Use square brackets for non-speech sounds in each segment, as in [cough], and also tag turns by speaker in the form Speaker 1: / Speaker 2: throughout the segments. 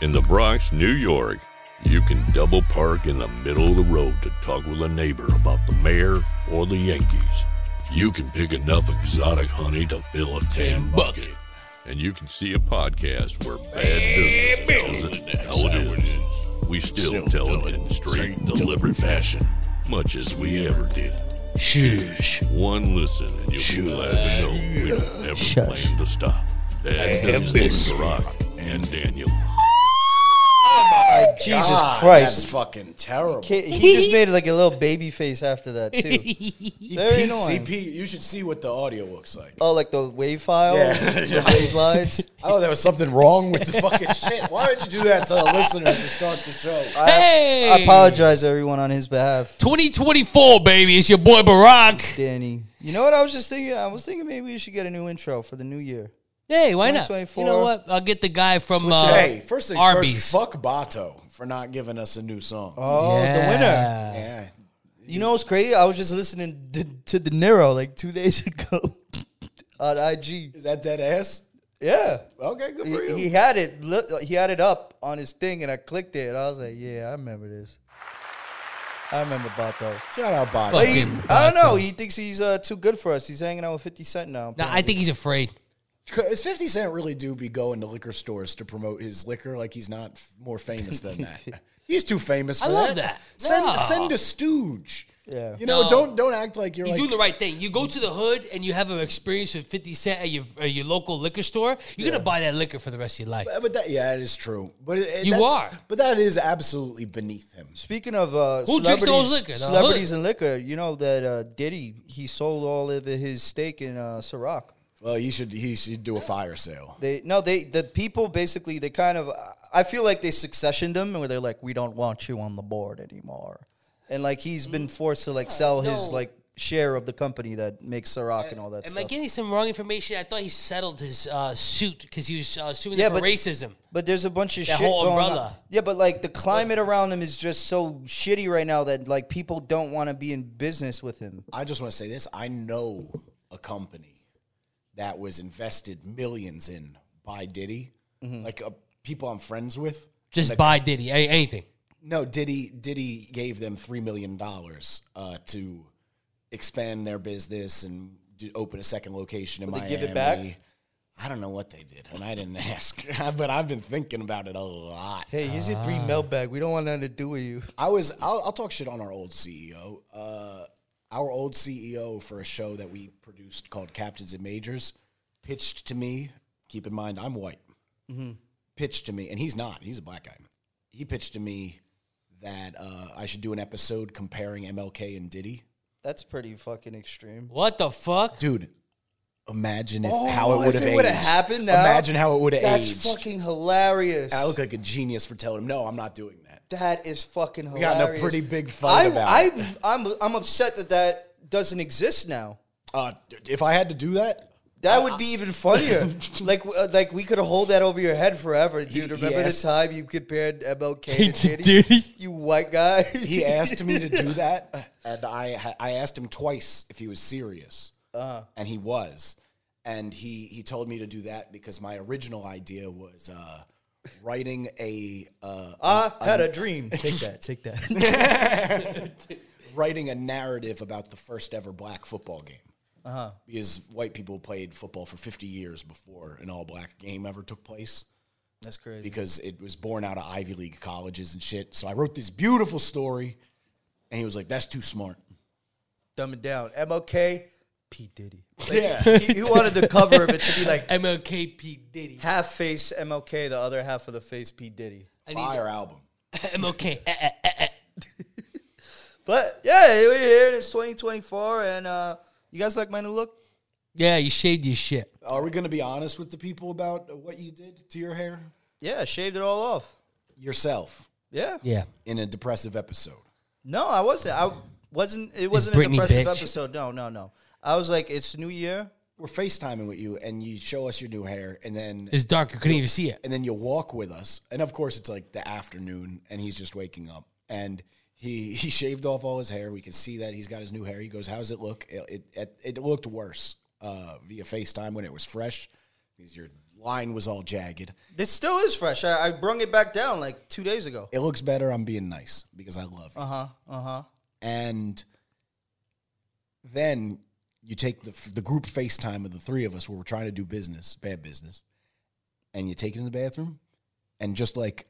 Speaker 1: In the Bronx, New York, you can double park in the middle of the road to talk with a neighbor about the mayor or the Yankees. You can pick enough exotic honey to fill a tan bucket. And you can see a podcast where bad business tells it how it is. We still tell it in straight, deliberate fashion, much as we ever did.
Speaker 2: Shush.
Speaker 1: One listen and you'll be glad to know we don't ever
Speaker 2: Shush.
Speaker 1: plan to stop. That business with Barack and Daniel.
Speaker 2: Jesus
Speaker 3: God, That's
Speaker 2: Christ.
Speaker 3: fucking terrible.
Speaker 2: Ki- He just made like a little baby face after that [laughs] too. Very annoying.
Speaker 3: CP, you should see what the audio looks like.
Speaker 2: Oh, like the wave file,
Speaker 3: Yeah.
Speaker 2: [laughs] the wave lines.
Speaker 3: Oh, there was something wrong with the
Speaker 2: [laughs]
Speaker 3: fucking shit. Why did you do that to the listeners to start the show?
Speaker 2: Uh,
Speaker 4: Hey!
Speaker 2: I apologize to everyone on his behalf,
Speaker 4: 2024, baby. It's your boy Barack.
Speaker 2: Danny. You know what I was just thinking? I was thinking maybe we should get a new intro for the new year.
Speaker 4: Hey, why not? You
Speaker 2: 2024.
Speaker 4: know what? I'll get the guy from
Speaker 2: Switch
Speaker 4: uh,
Speaker 2: it
Speaker 3: hey, first things
Speaker 4: Arby's.
Speaker 3: first, fuck Bato for not giving us a new song.
Speaker 2: Oh, the winner.
Speaker 4: Yeah.
Speaker 3: yeah.
Speaker 2: You know what's crazy? I was just listening to, to De Niro like two days [laughs] ago on IG.
Speaker 3: Is that dead ass?
Speaker 2: Yeah,
Speaker 3: Okay, good
Speaker 2: he,
Speaker 3: for you.
Speaker 2: he had it. Look, he had it up on his thing, and I clicked it. And I was like, "Yeah, I remember this. I remember Bato."
Speaker 3: Shout out Bato.
Speaker 4: Fuck
Speaker 2: He-
Speaker 4: him,
Speaker 2: I don't know.
Speaker 4: Bato.
Speaker 2: He thinks he's uh, too good for us. He's hanging out with Fifty Cent now.
Speaker 4: Nah, I think he's afraid.
Speaker 3: Is 50 Cent really do be going to liquor stores to promote his liquor? Like he's not f- more famous than
Speaker 4: [laughs]
Speaker 3: that. He's too famous for
Speaker 4: I love that.
Speaker 3: Send
Speaker 4: No.
Speaker 3: send a stooge.
Speaker 2: Yeah.
Speaker 3: You know,
Speaker 4: No.
Speaker 3: don't don't act like you're
Speaker 4: He's
Speaker 3: like
Speaker 4: doing the right thing. You go to the hood and you have an experience with 50 Cent at your, at your local liquor store. You're going to buy that liquor for the rest of your life.
Speaker 3: Uh, But that, yeah, it is true. But it, it-
Speaker 4: You
Speaker 3: that's-
Speaker 4: are.
Speaker 3: But that is absolutely beneath him.
Speaker 2: Speaking of uh,
Speaker 4: Who drinks those
Speaker 2: celebrities-
Speaker 4: liquor? The
Speaker 2: celebrities
Speaker 4: hood.
Speaker 2: and liquor, you know that uh, Diddy he sold all of his stake in uh, Ciroc.
Speaker 3: Well, he should he should do a fire sale.
Speaker 2: They no, they the people basically they kind of I feel like they successioned him where they're like, we don't want you on the board anymore, and like he's been forced to like sell his
Speaker 4: no.
Speaker 2: like share of the company that makes Ciroc and all that
Speaker 4: Am I
Speaker 2: stuff.
Speaker 4: getting some wrong information? I thought he settled his uh, suit because he was uh, suing
Speaker 2: Yeah,
Speaker 4: them for
Speaker 2: but-
Speaker 4: racism.
Speaker 2: But there's a bunch of
Speaker 4: That
Speaker 2: shit
Speaker 4: whole
Speaker 2: going on.
Speaker 4: umbrella.
Speaker 2: Yeah, but like the climate around him is just so shitty right now that like people don't want to be in business with him.
Speaker 3: I just want to say this: I know a company that was invested millions in by Diddy,
Speaker 4: Mm-hmm.
Speaker 3: like uh, people I'm friends with.
Speaker 4: Just buy Diddy, a- anything.
Speaker 3: No, Diddy Diddy gave them three million dollars uh, to expand their business and do, open a second location in
Speaker 2: Would they
Speaker 3: Miami.
Speaker 2: give it back?
Speaker 3: I don't know what they did, and I didn't [laughs] ask. but I've been thinking about it a lot.
Speaker 2: Hey, here's your
Speaker 4: Ah.
Speaker 2: three mail bag. We don't want nothing to do with you.
Speaker 3: I was. I'll, I'll talk shit on our old CEO. Uh, our old CEO for a show that we produced called Captains and Majors pitched to me. Keep in mind, I'm white.
Speaker 2: Mm-hmm.
Speaker 3: Pitched to me, and he's not. He's a black guy. He pitched to me that uh, I should do an episode comparing MLK and Diddy.
Speaker 2: That's pretty fucking extreme.
Speaker 4: What the fuck?
Speaker 3: Dude, imagine if,
Speaker 2: Oh,
Speaker 3: how it would
Speaker 2: if
Speaker 3: have
Speaker 2: it would've
Speaker 3: aged.
Speaker 2: happened now,
Speaker 3: Imagine how it would have
Speaker 2: That's
Speaker 3: aged.
Speaker 2: fucking hilarious.
Speaker 3: I look like a genius for telling him, no, I'm not doing that.
Speaker 2: That is fucking hilarious.
Speaker 3: got in a pretty big fight
Speaker 2: I,
Speaker 3: about
Speaker 2: I,
Speaker 3: it.
Speaker 2: I'm, I'm upset that that doesn't exist now.
Speaker 3: Uh, if I had to do that,
Speaker 2: That would be even [laughs] funnier. like, uh, like we could hold that over your head forever, dude. Remember
Speaker 3: yes.
Speaker 2: the time you compared MLK
Speaker 4: To
Speaker 2: to Diddy?
Speaker 4: Diddy.
Speaker 2: You white guy.
Speaker 3: he asked me to do that, and I I asked him twice if he was serious, and he was, and he he told me to do that because my original idea was uh, writing a uh,
Speaker 2: [laughs] I had a dream. [laughs] Take that. Take that.
Speaker 3: writing a narrative about the first ever black football game. Because white people played football for 50 years before an all black game ever took place.
Speaker 2: [laughs] That's crazy.
Speaker 3: because it was born out of Ivy League colleges and shit. So I wrote this beautiful story, and he was like, "That's too smart."
Speaker 2: Dumb it down. MLK, Pete [laughs] Diddy.
Speaker 3: yeah,
Speaker 2: He, he wanted the cover of it to be like
Speaker 4: MLK P. [laughs] Diddy.
Speaker 2: half face MLK, the other half of the face Pete Diddy.
Speaker 4: [laughs] I need
Speaker 3: fire album.
Speaker 4: MLK. Eh, eh, eh, eh.
Speaker 2: But yeah, we're here. It's 2024, and uh, you guys like my new look?
Speaker 4: Yeah, you shaved your shit.
Speaker 3: Are we going to be honest with the people about what you did to your hair
Speaker 2: Yeah, I shaved it all off.
Speaker 3: yourself
Speaker 2: Yeah.
Speaker 4: Yeah.
Speaker 3: in a depressive episode?
Speaker 2: No, I wasn't. I wasn't. It wasn't a
Speaker 4: Britney,
Speaker 2: depressive
Speaker 4: bitch.
Speaker 2: episode. No, no, no. I was like, it's New Year.
Speaker 3: We're FaceTiming with you, and you show us your new hair, and then
Speaker 4: It's dark. You couldn't even see it.
Speaker 3: and then you walk with us, and of course it's like the afternoon, and he's just waking up, and. He, he shaved off all his hair. We can see that he's got his new hair. He goes, "How's it look?" It it, it, it looked worse uh, via FaceTime when it was fresh, because your line was all jagged.
Speaker 2: This still is fresh. I, I brung it back down like two days ago.
Speaker 3: It looks better. I'm being nice because I love you.
Speaker 2: Uh
Speaker 4: Uh-huh,
Speaker 2: huh. Uh huh.
Speaker 3: and then you take the the group FaceTime of the three of us where we're trying to do business, bad business, and you take it in the bathroom, and just like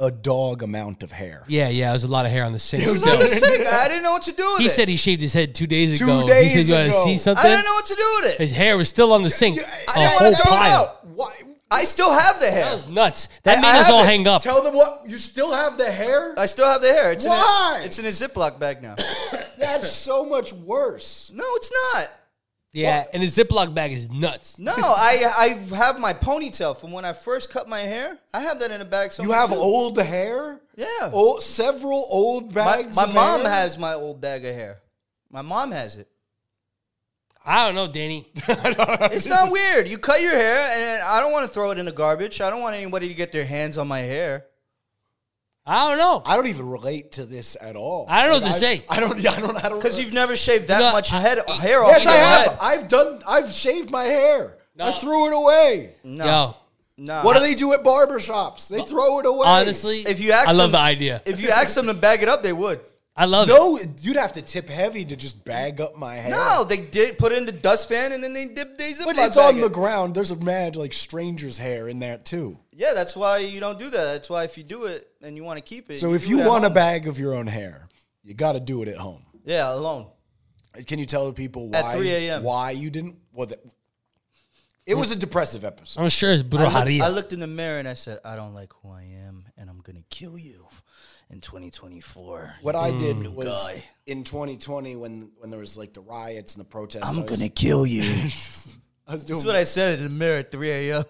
Speaker 3: a dog amount of hair.
Speaker 4: Yeah, yeah. There's a lot of hair on the sink.
Speaker 2: It's not a sick. I didn't know what to do with
Speaker 4: He
Speaker 2: it.
Speaker 4: said he shaved his head two days
Speaker 3: Two
Speaker 4: ago. he
Speaker 3: days
Speaker 4: said, "You want to
Speaker 3: ago. I
Speaker 4: see
Speaker 2: I
Speaker 4: something?"
Speaker 2: didn't know what to do with it.
Speaker 4: His hair was still on the sink.
Speaker 3: I
Speaker 4: a
Speaker 3: didn't
Speaker 2: wanna
Speaker 4: whole
Speaker 2: throw it
Speaker 4: pile.
Speaker 2: out.
Speaker 3: Why?
Speaker 2: I still have the
Speaker 4: That
Speaker 2: hair.
Speaker 4: was nuts. That
Speaker 2: I-
Speaker 4: made
Speaker 2: I
Speaker 4: us
Speaker 2: have
Speaker 4: all
Speaker 2: it.
Speaker 4: hang up.
Speaker 3: Tell them what you still have the
Speaker 4: [laughs]
Speaker 3: hair.
Speaker 2: I still have the hair. It's
Speaker 3: Why?
Speaker 2: In a, it's in a Ziploc bag now. [coughs]
Speaker 3: That's so much worse.
Speaker 2: no, it's not.
Speaker 4: yeah, and his Ziploc bag is nuts.
Speaker 2: No, I I have my ponytail from when I first cut my hair. I have that in a bag
Speaker 3: You
Speaker 2: somewhere.
Speaker 3: have
Speaker 2: too.
Speaker 3: old hair.
Speaker 2: Yeah.
Speaker 3: Old, several old
Speaker 2: My,
Speaker 3: bags.
Speaker 2: my
Speaker 3: of
Speaker 2: mom
Speaker 3: hair?
Speaker 2: has my old bag of hair. My mom has it.
Speaker 4: I don't know, Danny.
Speaker 2: It's not weird. You cut your hair, and I don't want to throw it in the garbage. I don't want anybody to get their hands on my hair.
Speaker 4: I
Speaker 2: [laughs]
Speaker 4: don't know.
Speaker 3: I don't even relate to this at all.
Speaker 4: I don't know
Speaker 3: Like,
Speaker 4: what to say.
Speaker 3: I don't. I don't. I don't.
Speaker 2: Because you've never shaved that
Speaker 4: No,
Speaker 2: much
Speaker 4: I-
Speaker 2: head, hair off
Speaker 3: Yes,
Speaker 2: your
Speaker 3: I have.
Speaker 2: head.
Speaker 3: I've done. I've shaved my hair. I
Speaker 4: No.
Speaker 3: threw it away.
Speaker 2: No,
Speaker 4: Yo,
Speaker 2: no.
Speaker 3: What do they do at barbershops? They throw it away.
Speaker 4: honestly,
Speaker 2: If you ask
Speaker 4: I love
Speaker 2: them-
Speaker 4: the idea.
Speaker 2: If you asked them to bag it up, they would.
Speaker 3: [laughs]
Speaker 4: I love it.
Speaker 3: no, you'd have to tip heavy to just bag up my hair.
Speaker 2: No, they did put it in the dustpan, and then they dip they ziploc
Speaker 3: but it's
Speaker 2: bag
Speaker 3: on
Speaker 2: it.
Speaker 3: the ground. There's a mad like stranger's hair in there too.
Speaker 2: Yeah, that's why you don't do that. That's why if you do it and you want to keep it,
Speaker 3: So if
Speaker 2: do
Speaker 3: you
Speaker 2: it at
Speaker 3: want a
Speaker 2: home.
Speaker 3: bag of your own hair, you got to do it at home.
Speaker 2: yeah, alone.
Speaker 3: Can you tell the people why
Speaker 2: At 3 a.m..
Speaker 3: why you didn't? Well, that, it was a depressive episode.
Speaker 4: I'm sure it's
Speaker 2: I
Speaker 4: brujeria.
Speaker 2: looked, I looked in the mirror and I said, "I don't like who I am, and I'm gonna kill you in 2024.
Speaker 3: What I did was
Speaker 2: Mm, guy.
Speaker 3: in 2020 when when there was like the riots and the protests. I
Speaker 2: I'm
Speaker 3: was-
Speaker 2: gonna kill you."
Speaker 3: [laughs] I was doing
Speaker 2: that's what I said in the mirror at 3 [laughs] a.m.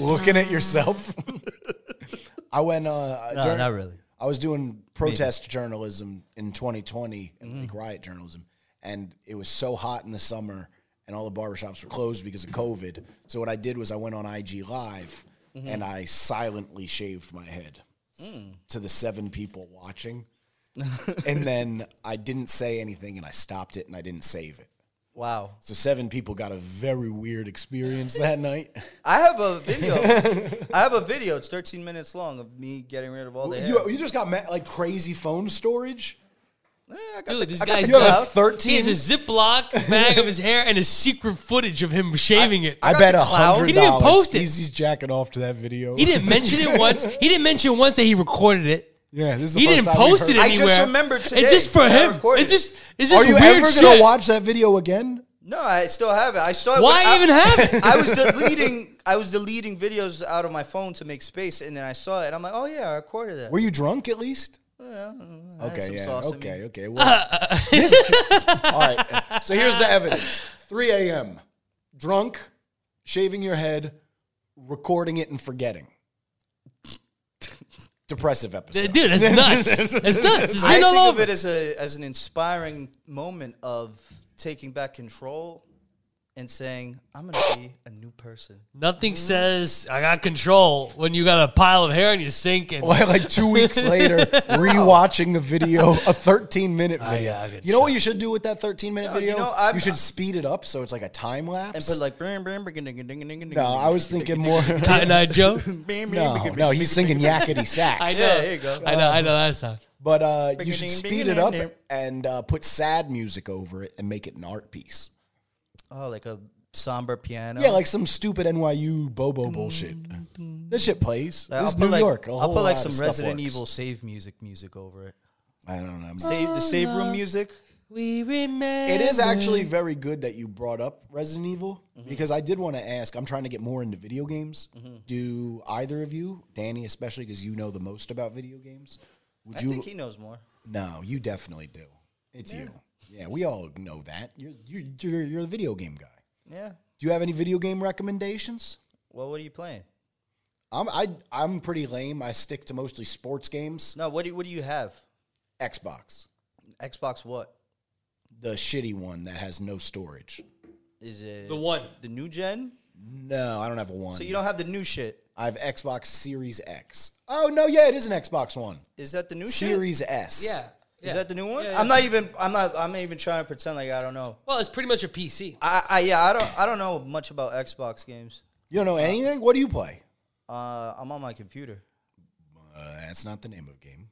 Speaker 3: looking at yourself. [laughs] I went. Uh,
Speaker 2: no,
Speaker 3: during-
Speaker 2: not really.
Speaker 3: I was doing protest journalism in 2020, and like riot journalism, and it was so hot in the summer, and all the barbershops were closed because of COVID. So what I did was I went on IG Live, and I silently shaved my head to the seven people watching, and then I didn't say anything, and I stopped it, and I didn't save it.
Speaker 2: Wow,
Speaker 3: So seven people got a very weird experience that night.
Speaker 2: I have a [laughs] video. I have a video. It's 13 minutes long of me getting rid of all the hair.
Speaker 3: Oh, You, you just got ma- like crazy phone storage.
Speaker 2: Eh, I got
Speaker 4: Dude,
Speaker 2: the-
Speaker 4: this
Speaker 2: I got
Speaker 4: guy's
Speaker 2: the
Speaker 3: You have a
Speaker 2: cloud.
Speaker 4: He
Speaker 3: 13.
Speaker 4: has a
Speaker 2: [laughs]
Speaker 4: Ziploc bag of his hair and a secret footage of him shaving it.
Speaker 3: I,
Speaker 2: got
Speaker 3: bet
Speaker 2: the
Speaker 3: a
Speaker 2: cloud.
Speaker 3: hundred
Speaker 4: He didn't
Speaker 3: dollars.
Speaker 4: post it.
Speaker 3: He's, he's jacking off to that video.
Speaker 4: he didn't mention it once. He didn't mention once that he recorded it.
Speaker 3: [laughs] Yeah, this is the
Speaker 4: He
Speaker 3: first
Speaker 4: didn't
Speaker 3: time we've
Speaker 4: post
Speaker 3: heard
Speaker 4: it
Speaker 3: it.
Speaker 2: I just
Speaker 4: anywhere.
Speaker 2: remembered today
Speaker 4: It's just for
Speaker 2: that I
Speaker 4: him.
Speaker 2: recorded
Speaker 4: It's
Speaker 2: it.
Speaker 4: just it's
Speaker 3: Are
Speaker 4: just
Speaker 3: you
Speaker 4: weird
Speaker 3: ever
Speaker 4: shit.
Speaker 3: gonna watch that video again?
Speaker 2: No, I still have it. I saw it.
Speaker 4: Why
Speaker 2: when I-
Speaker 4: even
Speaker 2: [laughs]
Speaker 4: have it? [laughs]
Speaker 2: I was deleting. I was deleting videos out of my phone to make space, and then I saw it. I'm like, oh yeah, I recorded that.
Speaker 3: Were you drunk at least?
Speaker 2: some
Speaker 3: Okay, yeah,
Speaker 2: sauce in
Speaker 3: okay, okay. Well,
Speaker 4: [laughs]
Speaker 3: this- [laughs] all right. So here's the evidence: 3 a.m. drunk, shaving your head, recording it, and forgetting. Depressive episode.
Speaker 4: Dude,
Speaker 2: [laughs]
Speaker 4: that's nuts. That's nuts. It's
Speaker 2: I
Speaker 4: been
Speaker 2: think
Speaker 4: all
Speaker 2: of
Speaker 4: over.
Speaker 2: it as a as an inspiring moment of taking back control and saying, I'm gonna be a new person.
Speaker 4: Nothing says I got control when you got a pile of hair and you sink and
Speaker 3: Well, like two weeks later,
Speaker 2: [laughs]
Speaker 3: rewatching the video, a 13 minute video.
Speaker 4: yeah, I get
Speaker 3: you know what you should do with that 13 minute
Speaker 2: you
Speaker 3: video? You,
Speaker 2: know, I'm-
Speaker 3: should speed it up so it's like a time lapse.
Speaker 2: And put like, brim, brim, ding, ding, ding, ding,
Speaker 3: no, I was thinking
Speaker 2: [laughs]
Speaker 3: more.
Speaker 4: Cotton Eye Joe.
Speaker 3: [laughs] no, no, he's singing
Speaker 2: [laughs]
Speaker 3: yakety
Speaker 4: I know.
Speaker 3: sax.
Speaker 2: Yeah, there you go.
Speaker 4: I know. I know that sound.
Speaker 3: But uh, you should speed it up and uh, put sad music over it and make it an art piece.
Speaker 2: Oh, like a somber piano.
Speaker 3: Yeah, like some stupid NYU Bobo bullshit. This shit plays.
Speaker 2: I'll
Speaker 3: This is
Speaker 2: put,
Speaker 3: New
Speaker 2: like-
Speaker 3: York. A
Speaker 2: I'll
Speaker 3: whole
Speaker 2: put like
Speaker 3: lot
Speaker 2: some
Speaker 3: of stuff
Speaker 2: Resident
Speaker 3: works. Oh,
Speaker 2: Evil save music music over it.
Speaker 3: I don't know. I'm
Speaker 2: Save the save room music.
Speaker 4: We remember.
Speaker 3: It is actually
Speaker 2: Mm-hmm.
Speaker 3: very good that you brought up Resident Evil because I did want to ask. I'm trying to get more into video games.
Speaker 2: Mm-hmm.
Speaker 3: Do either of you, Danny, especially because you know the most about video games, would
Speaker 2: I
Speaker 3: you?
Speaker 2: think he knows more.
Speaker 3: no, you definitely do. It's you. Yeah, we all know that. You're you're you're, you're a video game guy.
Speaker 2: Yeah.
Speaker 3: Do you have any video game recommendations?
Speaker 2: Well, what are you playing?
Speaker 3: I'm I I'm pretty lame. I stick to mostly sports games.
Speaker 2: No, what do what do you have?
Speaker 3: Xbox,
Speaker 2: Xbox what?
Speaker 3: the shitty one that has no storage.
Speaker 2: Is it
Speaker 4: the one.
Speaker 2: the new gen?
Speaker 3: No, I don't have a one.
Speaker 2: So you don't have the new shit.
Speaker 3: I have Xbox Series X. Oh no, yeah, it is an Xbox One.
Speaker 2: Is that the new shit?
Speaker 3: Series S.
Speaker 2: Is that the new one? I'm not even. I'm not. I'm not even trying to pretend like I don't know.
Speaker 4: Well, it's pretty much a PC.
Speaker 2: I, I yeah. I don't. I don't know much about Xbox games.
Speaker 3: You don't know anything? What do you play?
Speaker 2: Uh, I'm on my computer.
Speaker 3: Uh, that's not the name of the game.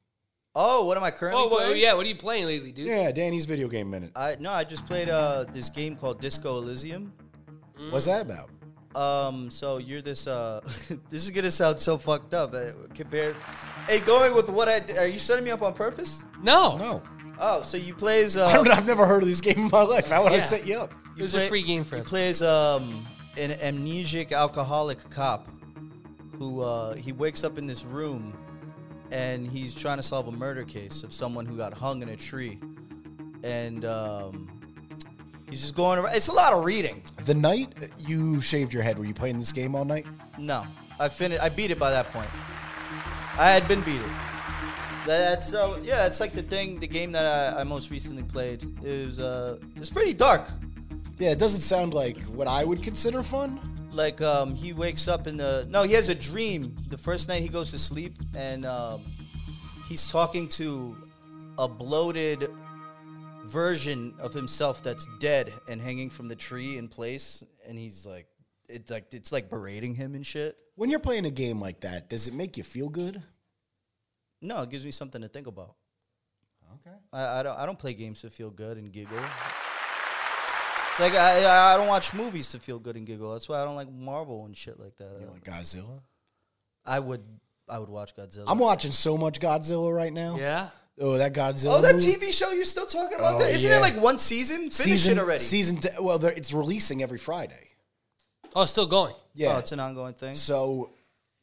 Speaker 2: Oh, what am I currently
Speaker 4: Oh, well,
Speaker 2: playing?
Speaker 4: yeah. What are you playing lately, dude?
Speaker 3: Yeah, Danny's video game minute.
Speaker 2: I no, I just played uh, this game called Disco Elysium.
Speaker 4: Mm.
Speaker 3: What's that about?
Speaker 2: Um, so you're this. Uh, [laughs] this is gonna sound so fucked up. Uh, compared, hey, going with what I d- are you setting me up on purpose?
Speaker 4: No,
Speaker 3: No, [laughs]
Speaker 2: Oh, so you play as
Speaker 3: I don't,
Speaker 2: uh,
Speaker 3: I've never heard of this game in my life. How would I
Speaker 4: Yeah.
Speaker 3: set you up?
Speaker 4: it was
Speaker 2: play-
Speaker 4: a free game for
Speaker 2: you
Speaker 4: us.
Speaker 2: play as um, an amnesic alcoholic cop who uh, he wakes up in this room and he's trying to solve a murder case of someone who got hung in a tree, and um, he's just going around. It's a lot of reading.
Speaker 3: The night uh, you shaved your head, were you playing this game all night?
Speaker 2: No, I finished. I beat it by that point. I had been beat it. That- That's so yeah. It's like the thing, the game that I, I most recently played. It was uh, it's pretty dark.
Speaker 3: Yeah, it doesn't sound like what I would consider fun.
Speaker 2: Like um, he wakes up in the no, he has a dream. The first night he goes to sleep and um, he's talking to a bloated version of himself that's dead and hanging from the tree in place, and he's like, it's like it's like berating him and shit.
Speaker 3: When you're playing a game like that, does it make you feel good?
Speaker 2: No, it gives me something to think about.
Speaker 3: Okay.
Speaker 2: I, I don't I don't play games to feel good and giggle. It's like I- I I don't watch movies to feel good and giggle. That's why I don't like Marvel and shit like that.
Speaker 3: You like Godzilla?
Speaker 2: I would I would watch Godzilla.
Speaker 3: I'm watching so much Godzilla right now.
Speaker 4: Yeah.
Speaker 3: Oh, that Godzilla.
Speaker 2: oh, that
Speaker 3: movie.
Speaker 2: TV show you're still talking about?
Speaker 3: Oh,
Speaker 2: that? Isn't
Speaker 3: yeah.
Speaker 2: it like one season? Finish
Speaker 3: season
Speaker 2: it already.
Speaker 3: Season. T- well, they're- it's releasing every Friday.
Speaker 4: Oh, it's still going.
Speaker 3: Yeah.
Speaker 2: Oh, it's an ongoing thing.
Speaker 3: so,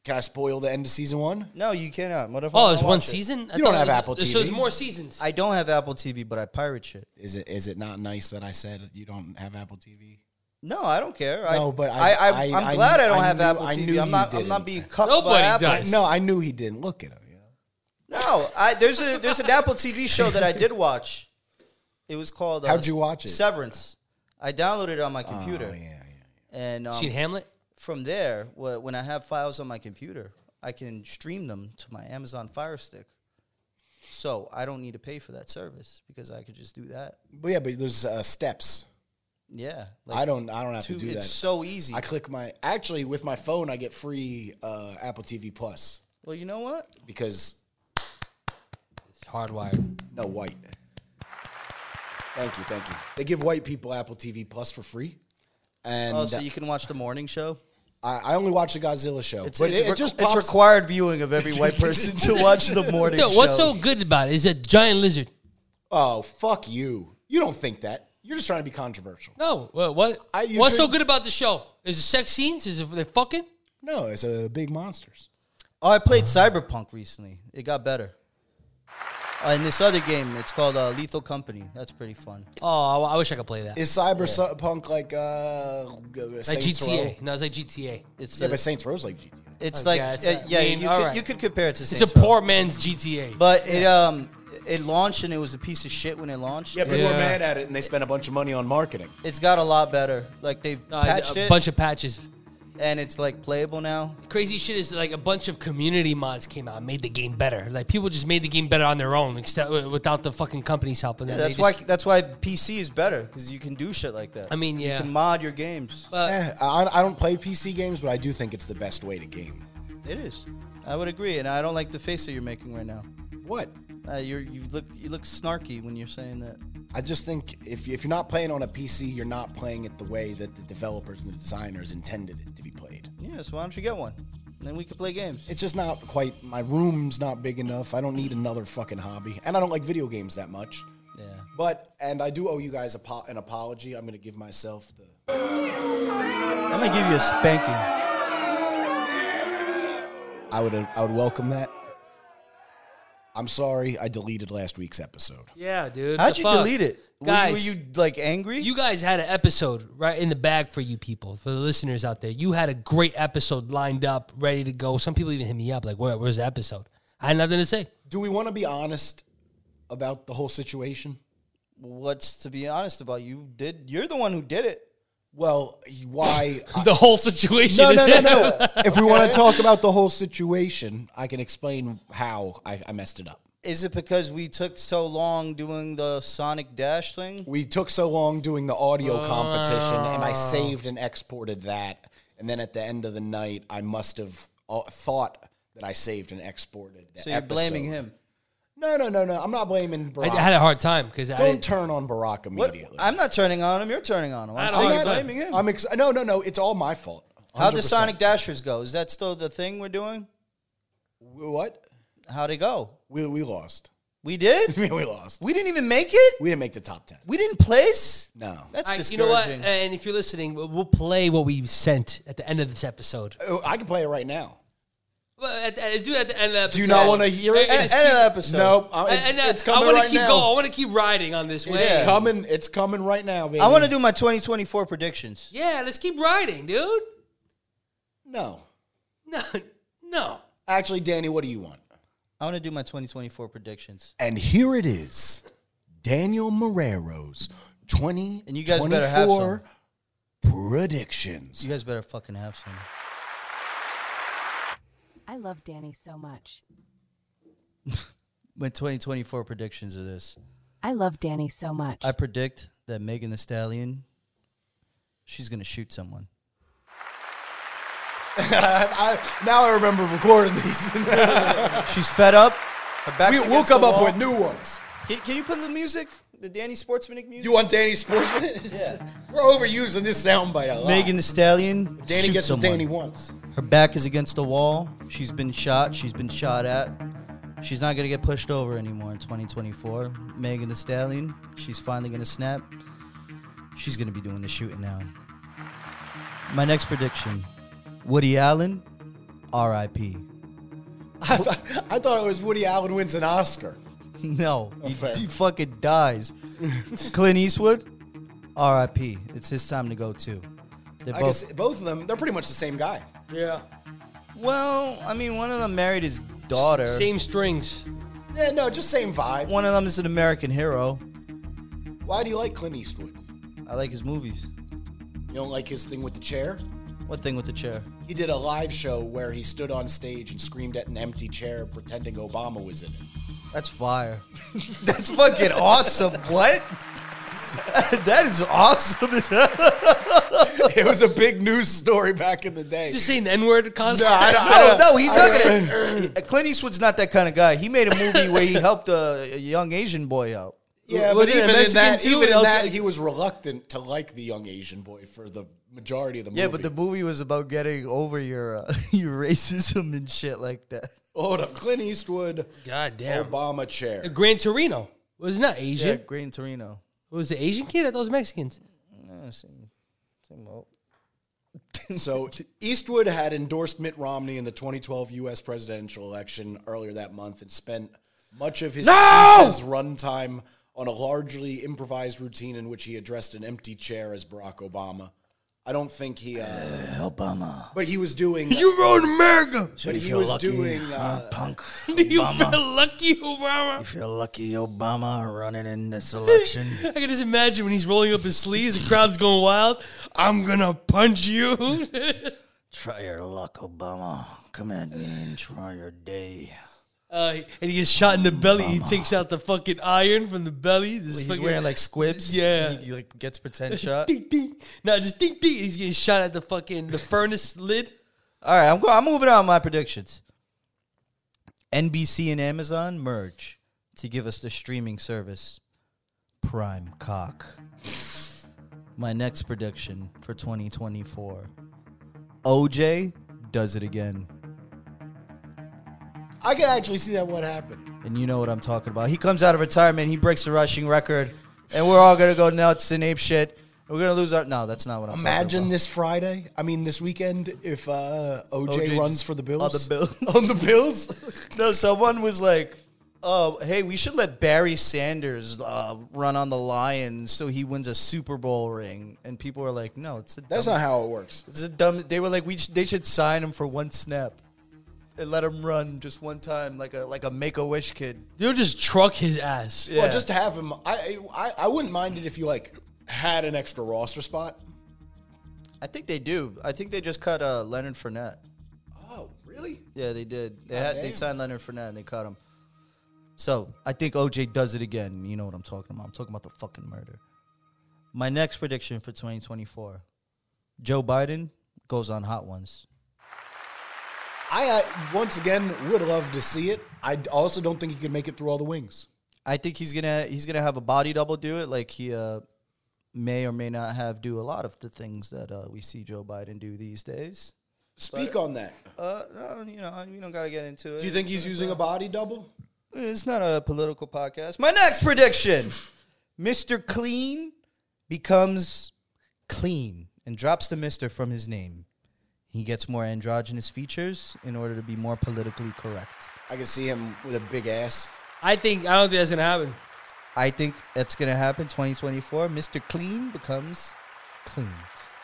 Speaker 3: can I spoil the end of season one?
Speaker 2: No, you cannot. What if I
Speaker 4: Oh,
Speaker 2: wanna
Speaker 4: it's one
Speaker 2: watch it?
Speaker 4: season. I
Speaker 3: You don't
Speaker 4: thought it
Speaker 3: have
Speaker 4: was-
Speaker 3: Apple
Speaker 4: So it's
Speaker 3: TV.
Speaker 4: more seasons.
Speaker 2: I don't have Apple TV, but I pirate shit.
Speaker 3: Is it is it not nice that I said you don't have Apple TV?
Speaker 2: No, I don't care. I,
Speaker 3: No, but
Speaker 2: I,
Speaker 3: I-
Speaker 2: I,
Speaker 3: I-
Speaker 2: am
Speaker 3: I
Speaker 2: glad
Speaker 3: knew-
Speaker 2: I don't
Speaker 3: I
Speaker 2: have
Speaker 3: knew-
Speaker 2: Apple
Speaker 3: I
Speaker 2: TV.
Speaker 3: knew
Speaker 2: I'm
Speaker 3: you
Speaker 2: not. I'm
Speaker 3: didn't.
Speaker 2: not being cucked by
Speaker 4: Nobody
Speaker 2: Apple.
Speaker 4: does.
Speaker 3: No, I knew he didn't look at him. You know?
Speaker 2: No, I there's a there's an Apple TV show that I
Speaker 3: [laughs]
Speaker 2: did watch. It was called. Uh,
Speaker 3: How'd you watch it?
Speaker 2: Severance. I downloaded it on my computer,
Speaker 3: Oh yeah, yeah.
Speaker 2: and um,
Speaker 4: Seen Hamlet?
Speaker 2: from there, wh- when I have files on my computer, I can stream them to my Amazon Fire Stick. So I don't need to pay for that service because I could just do that.
Speaker 3: But yeah, but there's uh, steps.
Speaker 2: Yeah,
Speaker 3: I don't. I don't have
Speaker 2: two-
Speaker 3: to do
Speaker 2: it's
Speaker 3: that.
Speaker 2: so easy.
Speaker 3: I click my. Actually, with my phone, I get free uh, Apple TV Plus
Speaker 2: well, you know what?
Speaker 3: because
Speaker 4: It's hardwired.
Speaker 3: no white. Thank you, thank you. They give white people Apple TV Plus for free, and
Speaker 2: Oh, so you can watch the morning show.
Speaker 3: I, I only watch the Godzilla show.
Speaker 2: It's,
Speaker 3: but
Speaker 2: it's
Speaker 3: it, it
Speaker 2: requ-
Speaker 3: just
Speaker 2: it's
Speaker 3: pops.
Speaker 2: required viewing of
Speaker 3: [laughs]
Speaker 2: every white person to watch the morning
Speaker 4: [laughs] Yo,
Speaker 2: show.
Speaker 4: what's so good about it? Is a giant lizard?
Speaker 3: oh fuck you! You don't think that? You're just trying to be controversial.
Speaker 4: No. What? what
Speaker 3: I- you
Speaker 4: what's so
Speaker 3: should-
Speaker 4: good about the show? Is it sex scenes? Is it they fucking?
Speaker 3: No, it's a big monsters.
Speaker 2: Oh, I played Cyberpunk recently. It got better. Uh, and this other game, it's called uh, Lethal Company. That's pretty fun.
Speaker 4: Oh, I, I wish I could play that.
Speaker 3: Is cyberpunk like uh
Speaker 4: like
Speaker 3: Saints
Speaker 4: GTA.
Speaker 3: Row?
Speaker 4: No, it's like GTA.
Speaker 2: It's
Speaker 3: Yeah,
Speaker 2: uh,
Speaker 3: but Saints Row's like GTA.
Speaker 2: it's
Speaker 4: Oh,
Speaker 2: like
Speaker 4: yeah, it's
Speaker 2: uh,
Speaker 4: a-
Speaker 2: yeah,
Speaker 4: I mean,
Speaker 2: you,
Speaker 4: all
Speaker 2: could,
Speaker 4: right.
Speaker 2: you could compare it to
Speaker 4: It's
Speaker 2: Saints
Speaker 4: a
Speaker 2: Row.
Speaker 4: poor man's GTA.
Speaker 2: but it um it launched and it was a piece of shit when it launched.
Speaker 3: Yeah, people
Speaker 4: Yeah.
Speaker 3: are mad at it, and they spent a bunch of money on marketing.
Speaker 2: It's got a lot better. Like they've
Speaker 4: No, I-
Speaker 2: patched
Speaker 4: a
Speaker 2: it
Speaker 4: bunch of patches.
Speaker 2: and it's like playable now.
Speaker 4: Crazy shit is like a bunch of community mods came out, and made the game better. Like people just made the game better on their own, except uh, without the fucking companies helping them. They
Speaker 2: that's
Speaker 4: just-
Speaker 2: why that's why PC is better because you can do shit like that.
Speaker 4: I mean, yeah.
Speaker 2: you can mod your games.
Speaker 3: Eh, I, I don't play PC games, but I do think it's the best way to game.
Speaker 2: It is. I would agree, and I don't like the face that you're making right now.
Speaker 3: What?
Speaker 2: Uh, you're, you look you look snarky when you're saying that.
Speaker 3: I just think if, if you're not playing on a PC, you're not playing it the way that the developers and the designers intended it to be played.
Speaker 2: Yeah, so why don't you get one? And then we could play games.
Speaker 3: It's just not quite. My room's not big enough. I don't need another fucking hobby, and I don't like video games that much.
Speaker 2: yeah.
Speaker 3: But and I do owe you guys a po- an apology. I'm gonna give myself the.
Speaker 2: I'm gonna give you a spanking.
Speaker 3: I would I would welcome that. I'm sorry, I deleted last week's episode.
Speaker 4: yeah, dude.
Speaker 2: How'd
Speaker 4: the
Speaker 2: you
Speaker 4: fuck?
Speaker 2: delete it? Were you-
Speaker 4: Guys.
Speaker 2: were you like angry?
Speaker 4: You guys had an episode right in the bag for you people, for the listeners out there. You had a great episode lined up, ready to go. Some people even hit me up, like, Where, where's the episode? I had nothing to say. [laughs]
Speaker 3: Do we want to be honest about the whole situation?
Speaker 2: What's to be honest about? You did. You're the one who did it.
Speaker 3: Well, why? I-
Speaker 4: [laughs] The whole situation
Speaker 3: no,
Speaker 4: is [laughs]
Speaker 3: no, no, no. if we want to talk about the whole situation, I can explain how I, I messed it up.
Speaker 2: Is it because we took so long doing the Sonic Dash thing?
Speaker 4: Ah.
Speaker 3: We took so long doing the audio competition, and I saved and exported that.
Speaker 5: And then at the end of the night, I must have uh, thought that I saved and exported. That
Speaker 2: So you're blaming
Speaker 5: episode.
Speaker 2: him.
Speaker 5: No, no, no, no. I'm not blaming
Speaker 4: I
Speaker 5: Barack.
Speaker 4: had a hard time because I
Speaker 5: Don't
Speaker 4: didn't,
Speaker 5: turn on Barack
Speaker 2: What?
Speaker 5: immediately.
Speaker 2: I'm not turning on him. You're turning on him. I'm
Speaker 4: I don't
Speaker 2: saying
Speaker 4: know.
Speaker 2: you're
Speaker 5: I'm not-
Speaker 2: blaming him.
Speaker 5: I'm ex- no, no, no. It's all my fault.
Speaker 2: How does
Speaker 5: 100%.
Speaker 2: Sonic Dashers go? Is that still the thing we're doing?
Speaker 5: What?
Speaker 2: How'd it go?
Speaker 5: We we lost. [laughs]
Speaker 2: We did?
Speaker 5: we lost.
Speaker 2: we didn't even make it?
Speaker 5: We didn't make the top ten.
Speaker 2: We didn't place?
Speaker 5: No.
Speaker 2: That's
Speaker 4: I- you
Speaker 2: discouraging.
Speaker 4: know what? And if you're listening, we'll we'll play what we sent at the end of this episode.
Speaker 5: Oh, I can play it right now.
Speaker 4: Well, at, at, do at the end of the episode.
Speaker 5: Do you not want to hear it?
Speaker 4: Hey,
Speaker 2: End of the episode.
Speaker 5: Nope. I-
Speaker 4: And-
Speaker 5: It's,
Speaker 4: and, uh,
Speaker 5: it's coming
Speaker 4: I wanna
Speaker 5: right
Speaker 4: keep
Speaker 5: now.
Speaker 4: going. I want to keep riding on this way.
Speaker 5: It's
Speaker 2: Yeah.
Speaker 5: coming. It's coming right now, baby.
Speaker 2: I want to do my 2024 predictions.
Speaker 4: Yeah, let's keep riding, dude. [laughs]
Speaker 5: No,
Speaker 4: No, no.
Speaker 5: actually, Danny, what do you want?
Speaker 2: I want to do my 2024 predictions.
Speaker 5: And here it is, Daniel Marrero's twenty
Speaker 2: And you guys better have
Speaker 5: 24 predictions.
Speaker 2: You guys better fucking have some.
Speaker 6: I love Danny so much.
Speaker 2: My 2024 predictions of this.
Speaker 6: I love Danny so much.
Speaker 2: I predict that Megan the Stallion, she's gonna shoot someone.
Speaker 5: [laughs] I, I- now I remember recording these. [laughs]
Speaker 2: She's fed up. Her back's
Speaker 5: we, will
Speaker 2: against
Speaker 5: come
Speaker 2: the
Speaker 5: up
Speaker 2: wall.
Speaker 5: with new ones.
Speaker 2: Can, can you put the music, the Danny Sportsmanic music?
Speaker 5: You want Danny Sportsman? [laughs] yeah. We're overusing this soundbite a lot.
Speaker 2: Megan the Stallion.
Speaker 5: Danny
Speaker 2: shoot
Speaker 5: gets what
Speaker 2: someone.
Speaker 5: Danny wants. [laughs]
Speaker 2: Her back is against the wall. She's been shot. She's been shot at. She's not gonna get pushed over anymore in 2024. Megan the Stallion. She's finally gonna snap. She's gonna be doing the shooting now. My next prediction: Woody Allen, R.I.P.
Speaker 5: I, th- I thought it was Woody Allen wins an Oscar.
Speaker 2: [laughs] No, he,
Speaker 5: fair.
Speaker 2: he fucking dies.
Speaker 5: [laughs]
Speaker 2: Clint Eastwood, R.I.P. It's his time to go too. They're
Speaker 5: I
Speaker 2: both.
Speaker 5: guess both of them, they're pretty much the same guy.
Speaker 4: Yeah.
Speaker 2: well, I mean, one of them married his daughter.
Speaker 4: Same strings.
Speaker 5: Yeah, no, just same vibe.
Speaker 2: One of them is an American hero.
Speaker 5: Why do you like Clint Eastwood?
Speaker 2: I like his movies.
Speaker 5: You don't like his thing with the chair?
Speaker 2: What thing with the chair?
Speaker 5: He did a live show where he stood on stage and screamed at an empty chair pretending Obama was in it. [laughs]
Speaker 2: That's fire. [laughs] That's fucking awesome. What? [laughs] that is awesome. as hell. [laughs]
Speaker 5: It was a big news story back in the day.
Speaker 4: Just saying the N word constantly.
Speaker 5: no, I don't, I
Speaker 2: no,
Speaker 5: don't-
Speaker 2: no, he's
Speaker 5: I
Speaker 2: not
Speaker 5: don't-
Speaker 2: [clears throat] gonna. Clint Eastwood's not that kind of guy. He made a movie where he helped a, a young Asian boy out.
Speaker 5: Yeah,
Speaker 4: Was
Speaker 5: but
Speaker 4: it a
Speaker 5: even in
Speaker 4: Mexican
Speaker 5: that,
Speaker 4: too?
Speaker 5: even in
Speaker 4: I'll
Speaker 5: that,
Speaker 4: take-
Speaker 5: he was reluctant to like the young Asian boy for the majority of the movie.
Speaker 2: Yeah, but the movie was about getting over your uh, [laughs] your racism and shit like that.
Speaker 5: oh, the Clint Eastwood
Speaker 4: God damn.
Speaker 5: Obama chair.
Speaker 4: Gran Torino was not Asian.
Speaker 2: Yeah, Green Torino.
Speaker 4: It was the Asian kid. I thought it was Mexicans.
Speaker 2: Yeah, same, same old.
Speaker 5: So Eastwood had endorsed Mitt Romney in the 2012 U.S. presidential election earlier that month and spent much of his speech's runtime on a largely improvised routine in which he addressed an empty chair as Barack Obama. I don't think he, uh,
Speaker 2: Obama.
Speaker 5: but he was doing.
Speaker 4: You rode America.
Speaker 5: but he was doing. Uh,
Speaker 2: punk. [laughs]
Speaker 4: Do [laughs] you feel lucky, Obama?
Speaker 2: feel lucky, Obama, running in this
Speaker 4: [laughs]
Speaker 2: election.
Speaker 4: I can just imagine when he's rolling up his sleeves, the crowd's going wild. I'm gonna punch you. [laughs]
Speaker 2: Try your luck, Obama. Come at me and try your day.
Speaker 4: uh, and he gets shot in the belly. He takes out the fucking iron from the belly. This
Speaker 2: He's
Speaker 4: fucking-
Speaker 2: wearing
Speaker 4: [laughs]
Speaker 2: like squibs.
Speaker 4: Yeah.
Speaker 2: He, he, like gets
Speaker 4: [laughs]
Speaker 2: pretend shot.
Speaker 4: ding ding. No, just ding ding. He's getting shot at the fucking the furnace lid.
Speaker 2: All right, I'm go- I'm moving on with my predictions. NBC and Amazon merge to give us the streaming service Prime Cock. my next prediction for 2024. OJ does it again.
Speaker 5: I could actually see that what happened.
Speaker 2: And you know what I'm talking about. He comes out of retirement, he breaks the rushing record, and we're all gonna go nuts and ape shit. We're gonna lose our no, that's not what I'm
Speaker 5: Imagine
Speaker 2: talking
Speaker 5: this Friday. I mean, this weekend, if uh, OJ,
Speaker 2: OJ
Speaker 5: runs
Speaker 2: just-
Speaker 5: for the
Speaker 2: about. On the
Speaker 5: Bills.
Speaker 2: bill. [laughs]
Speaker 5: on the Bills.
Speaker 2: No, someone was like, "Oh, hey, we should let Barry Sanders uh, run on the Lions so he wins a Super Bowl ring." And people were like, "No, it's a dumb,
Speaker 5: That's not how it works.
Speaker 2: it's a dumb." They were like, "We sh- they should sign him for one snap and let him run just one time, like a like a Make a Wish kid."
Speaker 4: They'll just truck his ass.
Speaker 2: Yeah.
Speaker 5: Well, just to have him, I, I I wouldn't mind it if you like had an extra roster spot.
Speaker 2: I think they do. I think they just cut uh, Leonard Fournette.
Speaker 5: Oh, really?
Speaker 2: Yeah, they did. They had they
Speaker 5: Goddamn.
Speaker 2: signed Leonard Fournette and they cut him. So I think OJ does it again. You know what I'm talking about. I'm talking about the fucking murder. My next prediction for 2024: Joe Biden goes on Hot Ones.
Speaker 5: I uh, once again would love to see it. I d- also don't think he could make it through all the wings.
Speaker 2: I think he's gonna he's gonna have a body double do it, like he uh, may or may not have do a lot of the things that uh, we see Joe Biden do these days.
Speaker 5: Speak on that.
Speaker 2: Uh, no, you know, we don't gotta get into it.
Speaker 5: Do you think he's using a body double?
Speaker 2: It's not a political podcast. My next prediction Mr. Clean becomes clean and drops the Mr. from his name. He gets more androgynous features in order to be more politically correct.
Speaker 5: I can see him with a big ass.
Speaker 4: I think I don't think that's gonna happen.
Speaker 2: I think that's going to happen 2024. Mr. Clean becomes clean.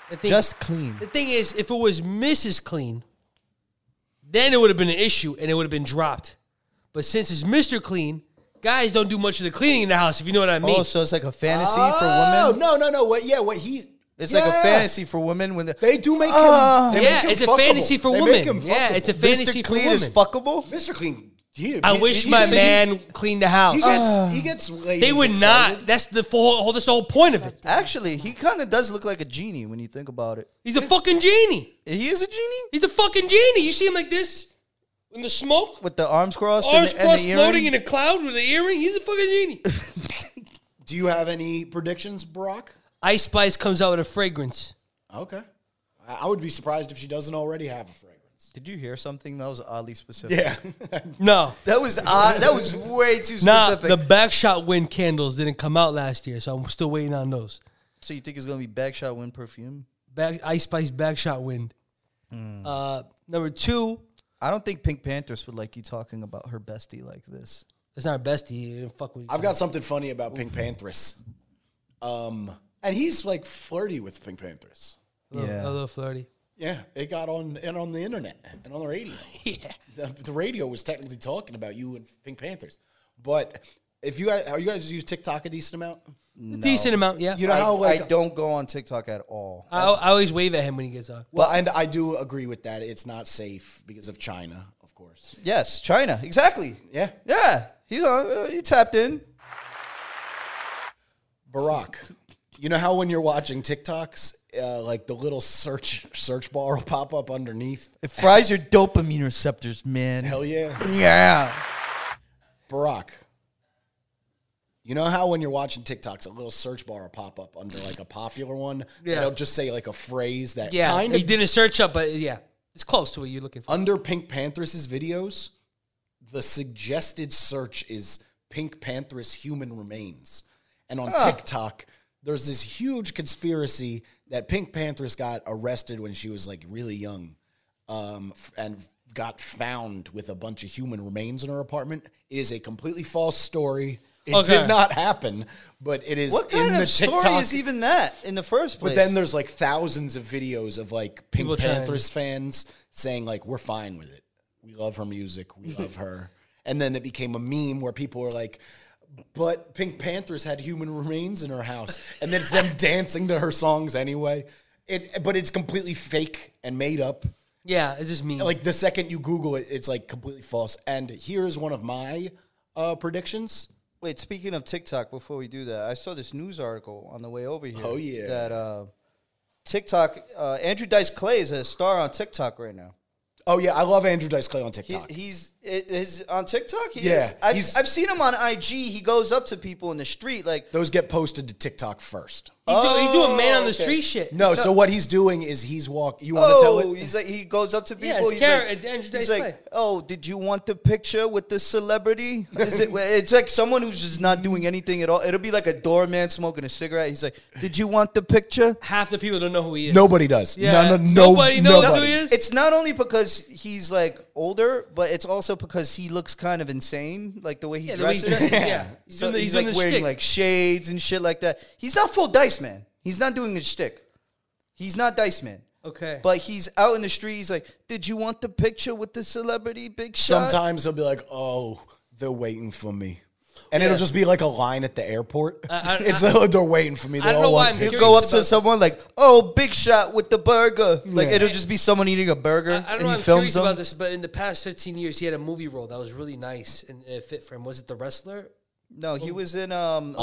Speaker 4: I think
Speaker 2: Just clean.
Speaker 4: the thing is, if it was Mrs. Clean, then it would have been an issue and it would have been dropped. But since it's Mr. Clean, guys don't do much of the cleaning in the house. If you know what I mean.
Speaker 2: Oh, so it's like a fantasy for
Speaker 5: Oh
Speaker 2: women?
Speaker 5: no, no, no! What? Yeah, what he?
Speaker 2: It's
Speaker 5: yeah.
Speaker 2: like a fantasy for women when the,
Speaker 5: They do make him.
Speaker 2: Ah.
Speaker 5: they make
Speaker 4: Uh, yeah,
Speaker 5: him
Speaker 4: it's a
Speaker 5: fuckable.
Speaker 4: fantasy for
Speaker 5: They
Speaker 4: women.
Speaker 5: make him
Speaker 4: Yeah,
Speaker 5: fuckable.
Speaker 4: it's a fantasy
Speaker 2: Mr.
Speaker 4: for
Speaker 2: Clean
Speaker 4: women.
Speaker 2: is fuckable.
Speaker 5: Mr. Clean. He,
Speaker 4: I
Speaker 5: he-
Speaker 4: wish
Speaker 5: he-
Speaker 4: my
Speaker 5: so he-
Speaker 4: man cleaned the house. Oh,
Speaker 5: He, gets. he gets. Ladies
Speaker 4: they would not.
Speaker 5: excited.
Speaker 4: That's the full. whole- That's the whole point of it.
Speaker 2: Actually, he kind of does look like a genie when you think about it.
Speaker 4: He's a fucking genie.
Speaker 2: He is a genie?
Speaker 4: He's a fucking genie. You see him like this in the smoke,
Speaker 2: with the arms crossed,
Speaker 4: arms
Speaker 2: and the,
Speaker 4: crossed,
Speaker 2: and the
Speaker 4: floating in
Speaker 2: earring?
Speaker 4: a cloud with an earring. He's a fucking genie.
Speaker 5: Do you have any predictions, Brock?
Speaker 4: Ice Spice comes out with a fragrance.
Speaker 5: Okay. I, I would be surprised if she doesn't already have a fragrance.
Speaker 2: Did you hear something that was oddly specific?
Speaker 5: Yeah.
Speaker 4: No,
Speaker 2: that [laughs] was odd. That was way too
Speaker 4: nah.
Speaker 2: specific.
Speaker 4: The backshot wind candles didn't come out last year, so I'm still waiting on those.
Speaker 2: so you think it's gonna be backshot wind perfume?
Speaker 4: Back Ice Spice backshot wind.
Speaker 5: Hmm.
Speaker 4: Uh, number two.
Speaker 2: I don't think Pink Panthers would like you talking about her bestie like this.
Speaker 4: It's not our bestie. It didn't Fuck with
Speaker 5: I've got something funny about Pink Panthers. Um, and he's like flirty with Pink Panthers.
Speaker 4: a little,
Speaker 2: Yeah.
Speaker 4: a little flirty.
Speaker 5: Yeah, it got on and on the internet and on the [laughs] radio.
Speaker 4: Yeah.
Speaker 5: The, the radio was technically talking about you and Pink Panthers, but if you guys, are you guys use TikTok a decent amount?
Speaker 4: Decent amount, yeah.
Speaker 5: You know how like
Speaker 2: I don't go on TikTok at all.
Speaker 4: I, I always wave at him when he gets on.
Speaker 5: well, and I do agree with that. It's not safe because of China, of course.
Speaker 2: Yes, China, exactly.
Speaker 5: Yeah,
Speaker 2: Yeah, he's on. Uh, he tapped in.
Speaker 5: Barack. You know how when you're watching TikToks, uh, like the little search search bar will pop up underneath.
Speaker 2: It fries your dopamine receptors, man.
Speaker 5: Hell yeah,
Speaker 2: yeah.
Speaker 5: Barack. You know how when you're watching TikToks, a little search bar will pop up under like a popular one.
Speaker 4: Yeah.
Speaker 5: It'll just say like a phrase that
Speaker 4: Yeah,
Speaker 5: kind
Speaker 4: he
Speaker 5: of
Speaker 4: didn't search up, but yeah, it's close to what you're looking for.
Speaker 5: under Pink Panthers' videos, the suggested search is Pink Panthers human remains. And on
Speaker 2: Ah.
Speaker 5: TikTok, there's this huge conspiracy that Pink Panthers got arrested when she was like really young um, f- and got found with a bunch of human remains in her apartment. It is a completely false story. It
Speaker 4: Okay.
Speaker 5: did not happen, but it is
Speaker 2: What
Speaker 5: in
Speaker 2: kind
Speaker 5: the
Speaker 2: of story
Speaker 5: TikTok.
Speaker 2: is even that in the first place?
Speaker 5: But then there's like thousands of videos of like Pink
Speaker 4: People trying-
Speaker 5: Panthers fans saying like we're fine with it. We love her music. We love [laughs] her. And then it became a meme where people were like, "But Pink Panthers had human remains in her house," and then it's [laughs] them dancing to her songs anyway. It, but it's completely fake and made up.
Speaker 4: Yeah, it's just me.
Speaker 5: Like the second you Google it, it's like completely false. And here is one of my uh, predictions.
Speaker 2: Wait, speaking of TikTok, before we do that, I saw this news article on the way over here.
Speaker 5: Oh, yeah.
Speaker 2: that uh, TikTok. Uh, Andrew Dice Clay is a star on TikTok right now.
Speaker 5: Oh yeah, I love Andrew Dice Clay on
Speaker 2: He,
Speaker 5: TikTok.
Speaker 2: he's i- is on TikTok. He
Speaker 5: Yeah,
Speaker 2: is. I've,
Speaker 5: he's-
Speaker 2: I've seen him on IG. He goes up to people in the street like,
Speaker 5: Those get posted to TikTok first.
Speaker 4: he's, doing, he's doing man on the
Speaker 2: okay.
Speaker 4: street shit.
Speaker 5: oh, No, so what he's doing is he's walk. You want to
Speaker 2: oh,
Speaker 5: tell it?
Speaker 2: he's like he goes up to people.
Speaker 4: Yeah, it's
Speaker 2: he's
Speaker 4: Karen-
Speaker 2: like,
Speaker 4: Andrew
Speaker 2: he's
Speaker 4: Dice
Speaker 2: like,
Speaker 4: Clay.
Speaker 2: oh, did you want the picture with the celebrity? Is it? It's like someone who's just not doing anything at all. It'll be like a doorman smoking a cigarette. He's like, did you want the picture?
Speaker 4: Half the people don't know who he is.
Speaker 5: Nobody does.
Speaker 4: Yeah,
Speaker 5: None of, no,
Speaker 4: nobody knows who he
Speaker 5: nobody.
Speaker 4: is.
Speaker 2: It's not only because he's like older, but it's also because he looks kind of insane, like the way he
Speaker 4: yeah, the way he
Speaker 2: dresses.
Speaker 4: dresses. Yeah,
Speaker 2: [laughs]
Speaker 4: he's,
Speaker 2: So
Speaker 4: doing the,
Speaker 2: he's,
Speaker 4: he's, doing
Speaker 2: like
Speaker 4: the
Speaker 2: wearing
Speaker 4: shtick.
Speaker 2: like shades and shit like that. He's not full dice man. He's not doing his shtick. He's not dice man.
Speaker 4: okay,
Speaker 2: But he's out in the street. He's like, "Did you want the picture with the celebrity big shot?"
Speaker 5: Sometimes he'll be like, "Oh, they're waiting for me," and it'll just be like a line at the airport.
Speaker 4: I- I-
Speaker 5: [laughs] it's like, they're waiting for me. They
Speaker 4: I don't
Speaker 5: all
Speaker 4: know why
Speaker 5: want
Speaker 4: I'm
Speaker 5: pictures."
Speaker 2: He'll go up
Speaker 4: Curious
Speaker 2: to
Speaker 4: about
Speaker 2: someone like, "Oh, big shot with the burger." Like
Speaker 5: Yeah.
Speaker 2: it'll just be someone eating a burger,
Speaker 4: I, I don't
Speaker 2: and
Speaker 4: know.
Speaker 2: he
Speaker 4: I'm
Speaker 2: films
Speaker 4: curious
Speaker 2: them.
Speaker 4: about uh, [laughs] this, but in the past 15 years, he had a movie role that was really nice and it fit for him. Was it The Wrestler?
Speaker 2: No, he was in um, a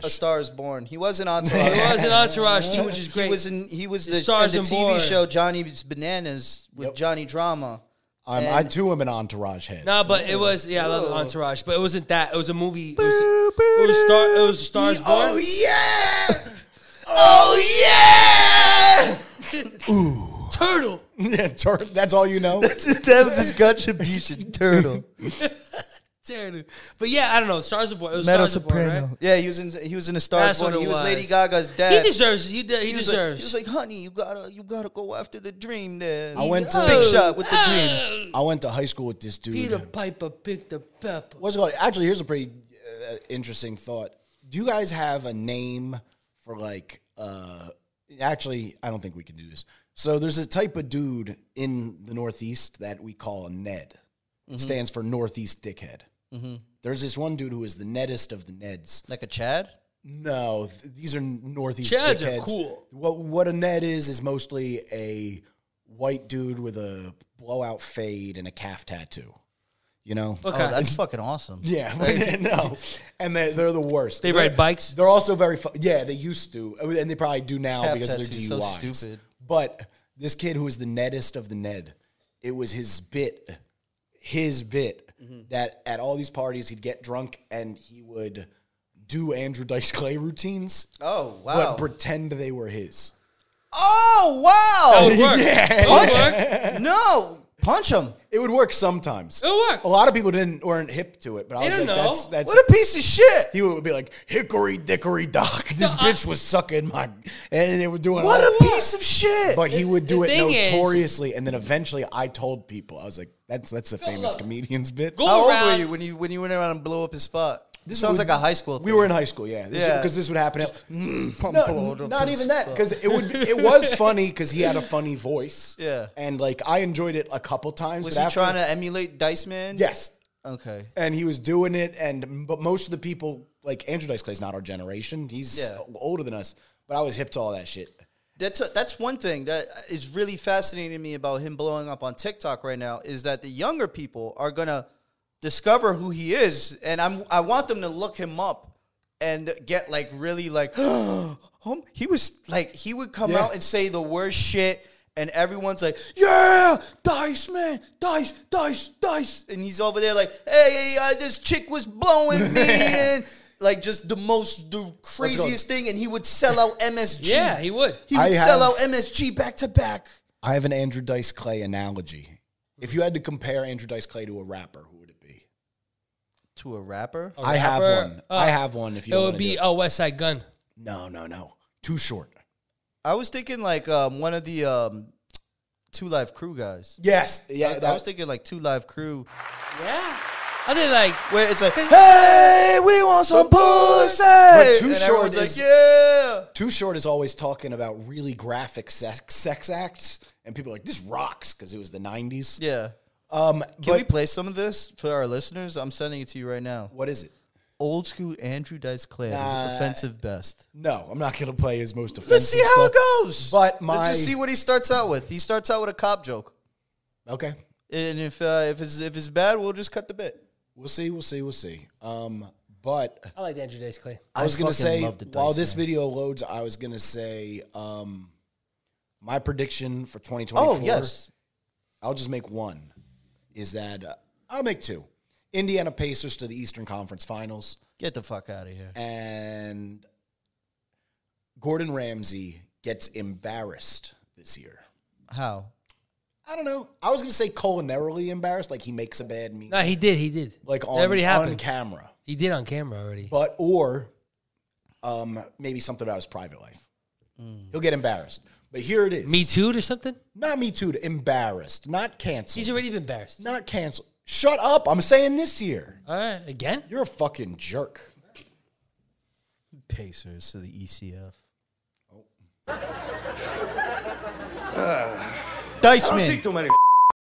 Speaker 2: Star, a Star is Born. He
Speaker 5: [laughs]
Speaker 2: was in Entourage.
Speaker 4: It was an entourage too, which is great.
Speaker 2: He was in. He was the,
Speaker 4: Stars
Speaker 2: the
Speaker 4: and
Speaker 2: TV
Speaker 4: Born.
Speaker 2: show Johnny's Bananas with Johnny Drama.
Speaker 5: I'm, I too am an entourage head.
Speaker 4: no, but it was yeah, I love Entourage, but it wasn't that. It was a movie. It was, it was star. It was Stars Born.
Speaker 5: [laughs] yeah! [laughs] Oh
Speaker 4: Turtle.
Speaker 5: yeah! Tur- That's all
Speaker 4: [laughs]
Speaker 5: you
Speaker 2: [laughs]
Speaker 5: know.
Speaker 2: that was his contribution. Turtle,
Speaker 4: Turtle. But yeah, I don't know. Stars Born. It was
Speaker 2: Metal
Speaker 4: Stars Born,
Speaker 2: Soprano.
Speaker 4: right?
Speaker 2: Yeah, he was in. He was in a Star is
Speaker 4: That's
Speaker 2: Born.
Speaker 4: what
Speaker 2: He
Speaker 4: it
Speaker 2: was
Speaker 4: was.
Speaker 2: Lady Gaga's dad.
Speaker 4: He deserves. He, de- he,
Speaker 2: He was like-
Speaker 4: deserves.
Speaker 2: he was like, honey, you gotta, you gotta go after the dream. There,
Speaker 5: I went to-
Speaker 2: big shot with the
Speaker 4: Oh,
Speaker 2: dream.
Speaker 5: I went to high school with this dude.
Speaker 4: Peter Piper picked a pepper.
Speaker 5: What's it called? Actually, here's a pretty uh, interesting thought. Do you guys have a name for like? uh Actually, I don't think we can do this. So there's a type of dude in the Northeast that we call a Ned.
Speaker 2: Mm-hmm.
Speaker 5: Stands for Northeast Dickhead. There's this one dude who is the nettest of the Neds.
Speaker 2: Like a Chad.
Speaker 5: No, th- these are Northeast
Speaker 4: Chads are
Speaker 5: dickheads.
Speaker 4: cool.
Speaker 5: What what a Ned is is mostly a white dude with a blowout fade and a calf tattoo. You know,
Speaker 4: Okay.
Speaker 2: Oh, that's fucking awesome.
Speaker 5: yeah, [laughs] but no, and they, they're the worst.
Speaker 4: They
Speaker 5: They're-
Speaker 4: ride bikes?
Speaker 5: They're also very fu- yeah. They used to, I mean, and they probably do now
Speaker 2: Calf
Speaker 5: because of
Speaker 2: tattoos,
Speaker 5: their
Speaker 2: so
Speaker 5: DUIs.
Speaker 2: stupid.
Speaker 5: But this kid who was the nettest of the Ned, it was his bit, his bit that at all these parties he'd get drunk and he would do Andrew Dice Clay routines,
Speaker 2: Oh wow.
Speaker 5: but pretend they were his.
Speaker 2: oh wow.
Speaker 4: That would work. That would work.
Speaker 2: no, punch him.
Speaker 5: It would work sometimes.
Speaker 4: It'll work.
Speaker 5: A lot of people didn't weren't hip to it, but I
Speaker 4: They
Speaker 5: was like,
Speaker 4: don't know.
Speaker 5: that's that's
Speaker 2: What a piece of shit.
Speaker 5: he would be like, "Hickory dickory dock, [laughs] this
Speaker 4: uh,
Speaker 5: bitch was sucking my," and they were doing
Speaker 2: What
Speaker 5: all-
Speaker 2: a piece of shit.
Speaker 5: But he would do
Speaker 4: the
Speaker 5: it
Speaker 4: thing is-
Speaker 5: notoriously, and then eventually, I told people, I was like, "That's that's a famous
Speaker 4: up.
Speaker 5: comedian's bit."
Speaker 4: Go
Speaker 2: How
Speaker 4: around.
Speaker 2: old were you when you when you went around and blew up his spot? This sounds
Speaker 5: would-
Speaker 2: like a high school. Thing.
Speaker 5: We were in high school, yeah,
Speaker 2: Yeah. mm,
Speaker 5: because this would happen. at-
Speaker 2: blow
Speaker 5: no,
Speaker 2: it up
Speaker 5: not
Speaker 2: his
Speaker 5: even that, because it would
Speaker 2: [laughs]
Speaker 5: it was funny because he had a funny voice,
Speaker 2: Yeah.
Speaker 5: and like I enjoyed it a couple times.
Speaker 2: Was
Speaker 5: but
Speaker 2: he
Speaker 5: after-
Speaker 2: trying to emulate Dice Man?
Speaker 5: Yes,
Speaker 2: Okay.
Speaker 5: and he was doing it and but most of the people like andrew dice clay's not our generation he's
Speaker 2: Yeah.
Speaker 5: older than us but i was hip to all that shit
Speaker 2: That's a, that's one thing that is really fascinating to me about him blowing up on TikTok right now is that the younger people are gonna discover who he is, and I'm I want them to look him up and get like really like [gasps] oh he was like he would come
Speaker 5: Yeah.
Speaker 2: out and say the worst shit. And everyone's like, "Yeah, dice man, dice, dice, dice," and he's over there like, "Hey, uh, this chick was blowing me," and like just the most, the craziest thing. And he would sell out MSG.
Speaker 4: Yeah, he would.
Speaker 2: He
Speaker 5: I
Speaker 2: would sell
Speaker 5: have-
Speaker 2: out MSG back to back.
Speaker 5: i have an andrew dice clay analogy if you had to compare andrew dice clay to a rapper who would it be
Speaker 2: To a rapper?
Speaker 5: i have
Speaker 4: rapper?
Speaker 5: one
Speaker 4: Uh,
Speaker 5: i have one if you
Speaker 4: It
Speaker 5: don't
Speaker 4: would be
Speaker 5: wanna do
Speaker 4: a West Side Gun.
Speaker 5: no no no too short
Speaker 2: I was thinking like um, one of the um, Two Live Crew guys.
Speaker 5: yes yeah
Speaker 2: I,
Speaker 5: that,
Speaker 2: I was thinking like Two Live Crew,
Speaker 4: Yeah. I think like
Speaker 2: where it's like,
Speaker 4: Cause-
Speaker 2: "Hey, we want some pussy," but
Speaker 5: Too
Speaker 2: and
Speaker 5: Short
Speaker 2: everyone's
Speaker 5: is-
Speaker 2: like, "Yeah."
Speaker 5: too short is always talking about really graphic sex, sex acts and people are like this rocks because it was the 90s
Speaker 2: Yeah.
Speaker 5: um
Speaker 2: Can
Speaker 5: but
Speaker 2: we play some of this for our listeners? I'm sending it to you right now.
Speaker 5: what is it
Speaker 2: Old school Andrew Dice Clay is
Speaker 5: Nah.
Speaker 2: offensive best.
Speaker 5: no i'm not gonna play his most offensive
Speaker 2: Let's see how
Speaker 5: stuff.
Speaker 2: it goes.
Speaker 5: But
Speaker 2: Let's
Speaker 5: my-
Speaker 2: just see what he starts out with. He starts out with a cop joke,
Speaker 5: okay
Speaker 2: and if uh, if it's if it's bad, we'll just cut the bit.
Speaker 5: We'll see. We'll see. We'll see. Um, but
Speaker 4: I like Andrew Dice Clay.
Speaker 5: I was gonna
Speaker 2: fucking
Speaker 5: say
Speaker 2: love the
Speaker 5: while
Speaker 2: Dice
Speaker 5: this video loads, I was gonna say um, my prediction for 2024.
Speaker 2: Oh yes,
Speaker 5: I'll just make one. Is that uh, I'll make two. Indiana Pacers to the Eastern Conference Finals
Speaker 2: Get the fuck out of here.
Speaker 5: and Gordon Ramsay gets embarrassed this year.
Speaker 2: How?
Speaker 5: I don't know. I was gonna say culinarily embarrassed, like he makes a bad meal,
Speaker 4: No, he did. He did.
Speaker 5: like
Speaker 4: That
Speaker 5: on,
Speaker 4: already
Speaker 5: on
Speaker 4: happened.
Speaker 5: camera.
Speaker 4: he did on camera already.
Speaker 5: but or um, maybe something about his private life. He'll get embarrassed. But here it is.
Speaker 4: Me too or something.
Speaker 5: Not me too. Embarrassed. Not canceled.
Speaker 4: He's already been embarrassed.
Speaker 5: not canceled. Shut up. I'm saying this year.
Speaker 4: All right, again.
Speaker 5: You're a fucking jerk.
Speaker 2: Pacers to the E ECF. [sighs] Dice
Speaker 7: I don't see
Speaker 2: man.
Speaker 7: too many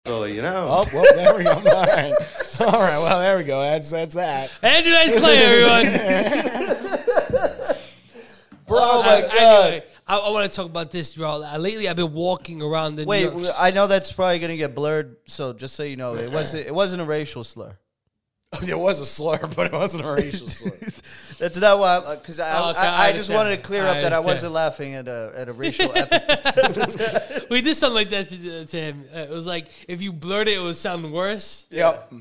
Speaker 7: Philly, you know.
Speaker 5: Oh, well, there we go. [laughs] All right. All right. Well, there we go. That's that's that.
Speaker 4: Andrew Dice Clay, [laughs] everyone.
Speaker 2: Bro, oh
Speaker 4: I-
Speaker 2: my god.
Speaker 4: anyway, I, I want to talk about this, bro. I- lately, I've been walking around the.
Speaker 2: Wait,
Speaker 4: New York-
Speaker 2: I know that's probably gonna get blurred. So just so you know, it wasn't it wasn't a racial slur.
Speaker 5: It was a slur, but it wasn't a racial slur.
Speaker 2: That's not why, because I,
Speaker 4: Oh, okay,
Speaker 2: I, I,
Speaker 4: I
Speaker 2: just
Speaker 4: understand.
Speaker 2: wanted to clear
Speaker 4: I
Speaker 2: up that I
Speaker 4: understand.
Speaker 2: wasn't laughing at a at a
Speaker 5: [laughs]
Speaker 2: racial epithet.
Speaker 4: We did something like that to, to him. Uh, It was like if you blurt it, it would sound worse.
Speaker 5: yep.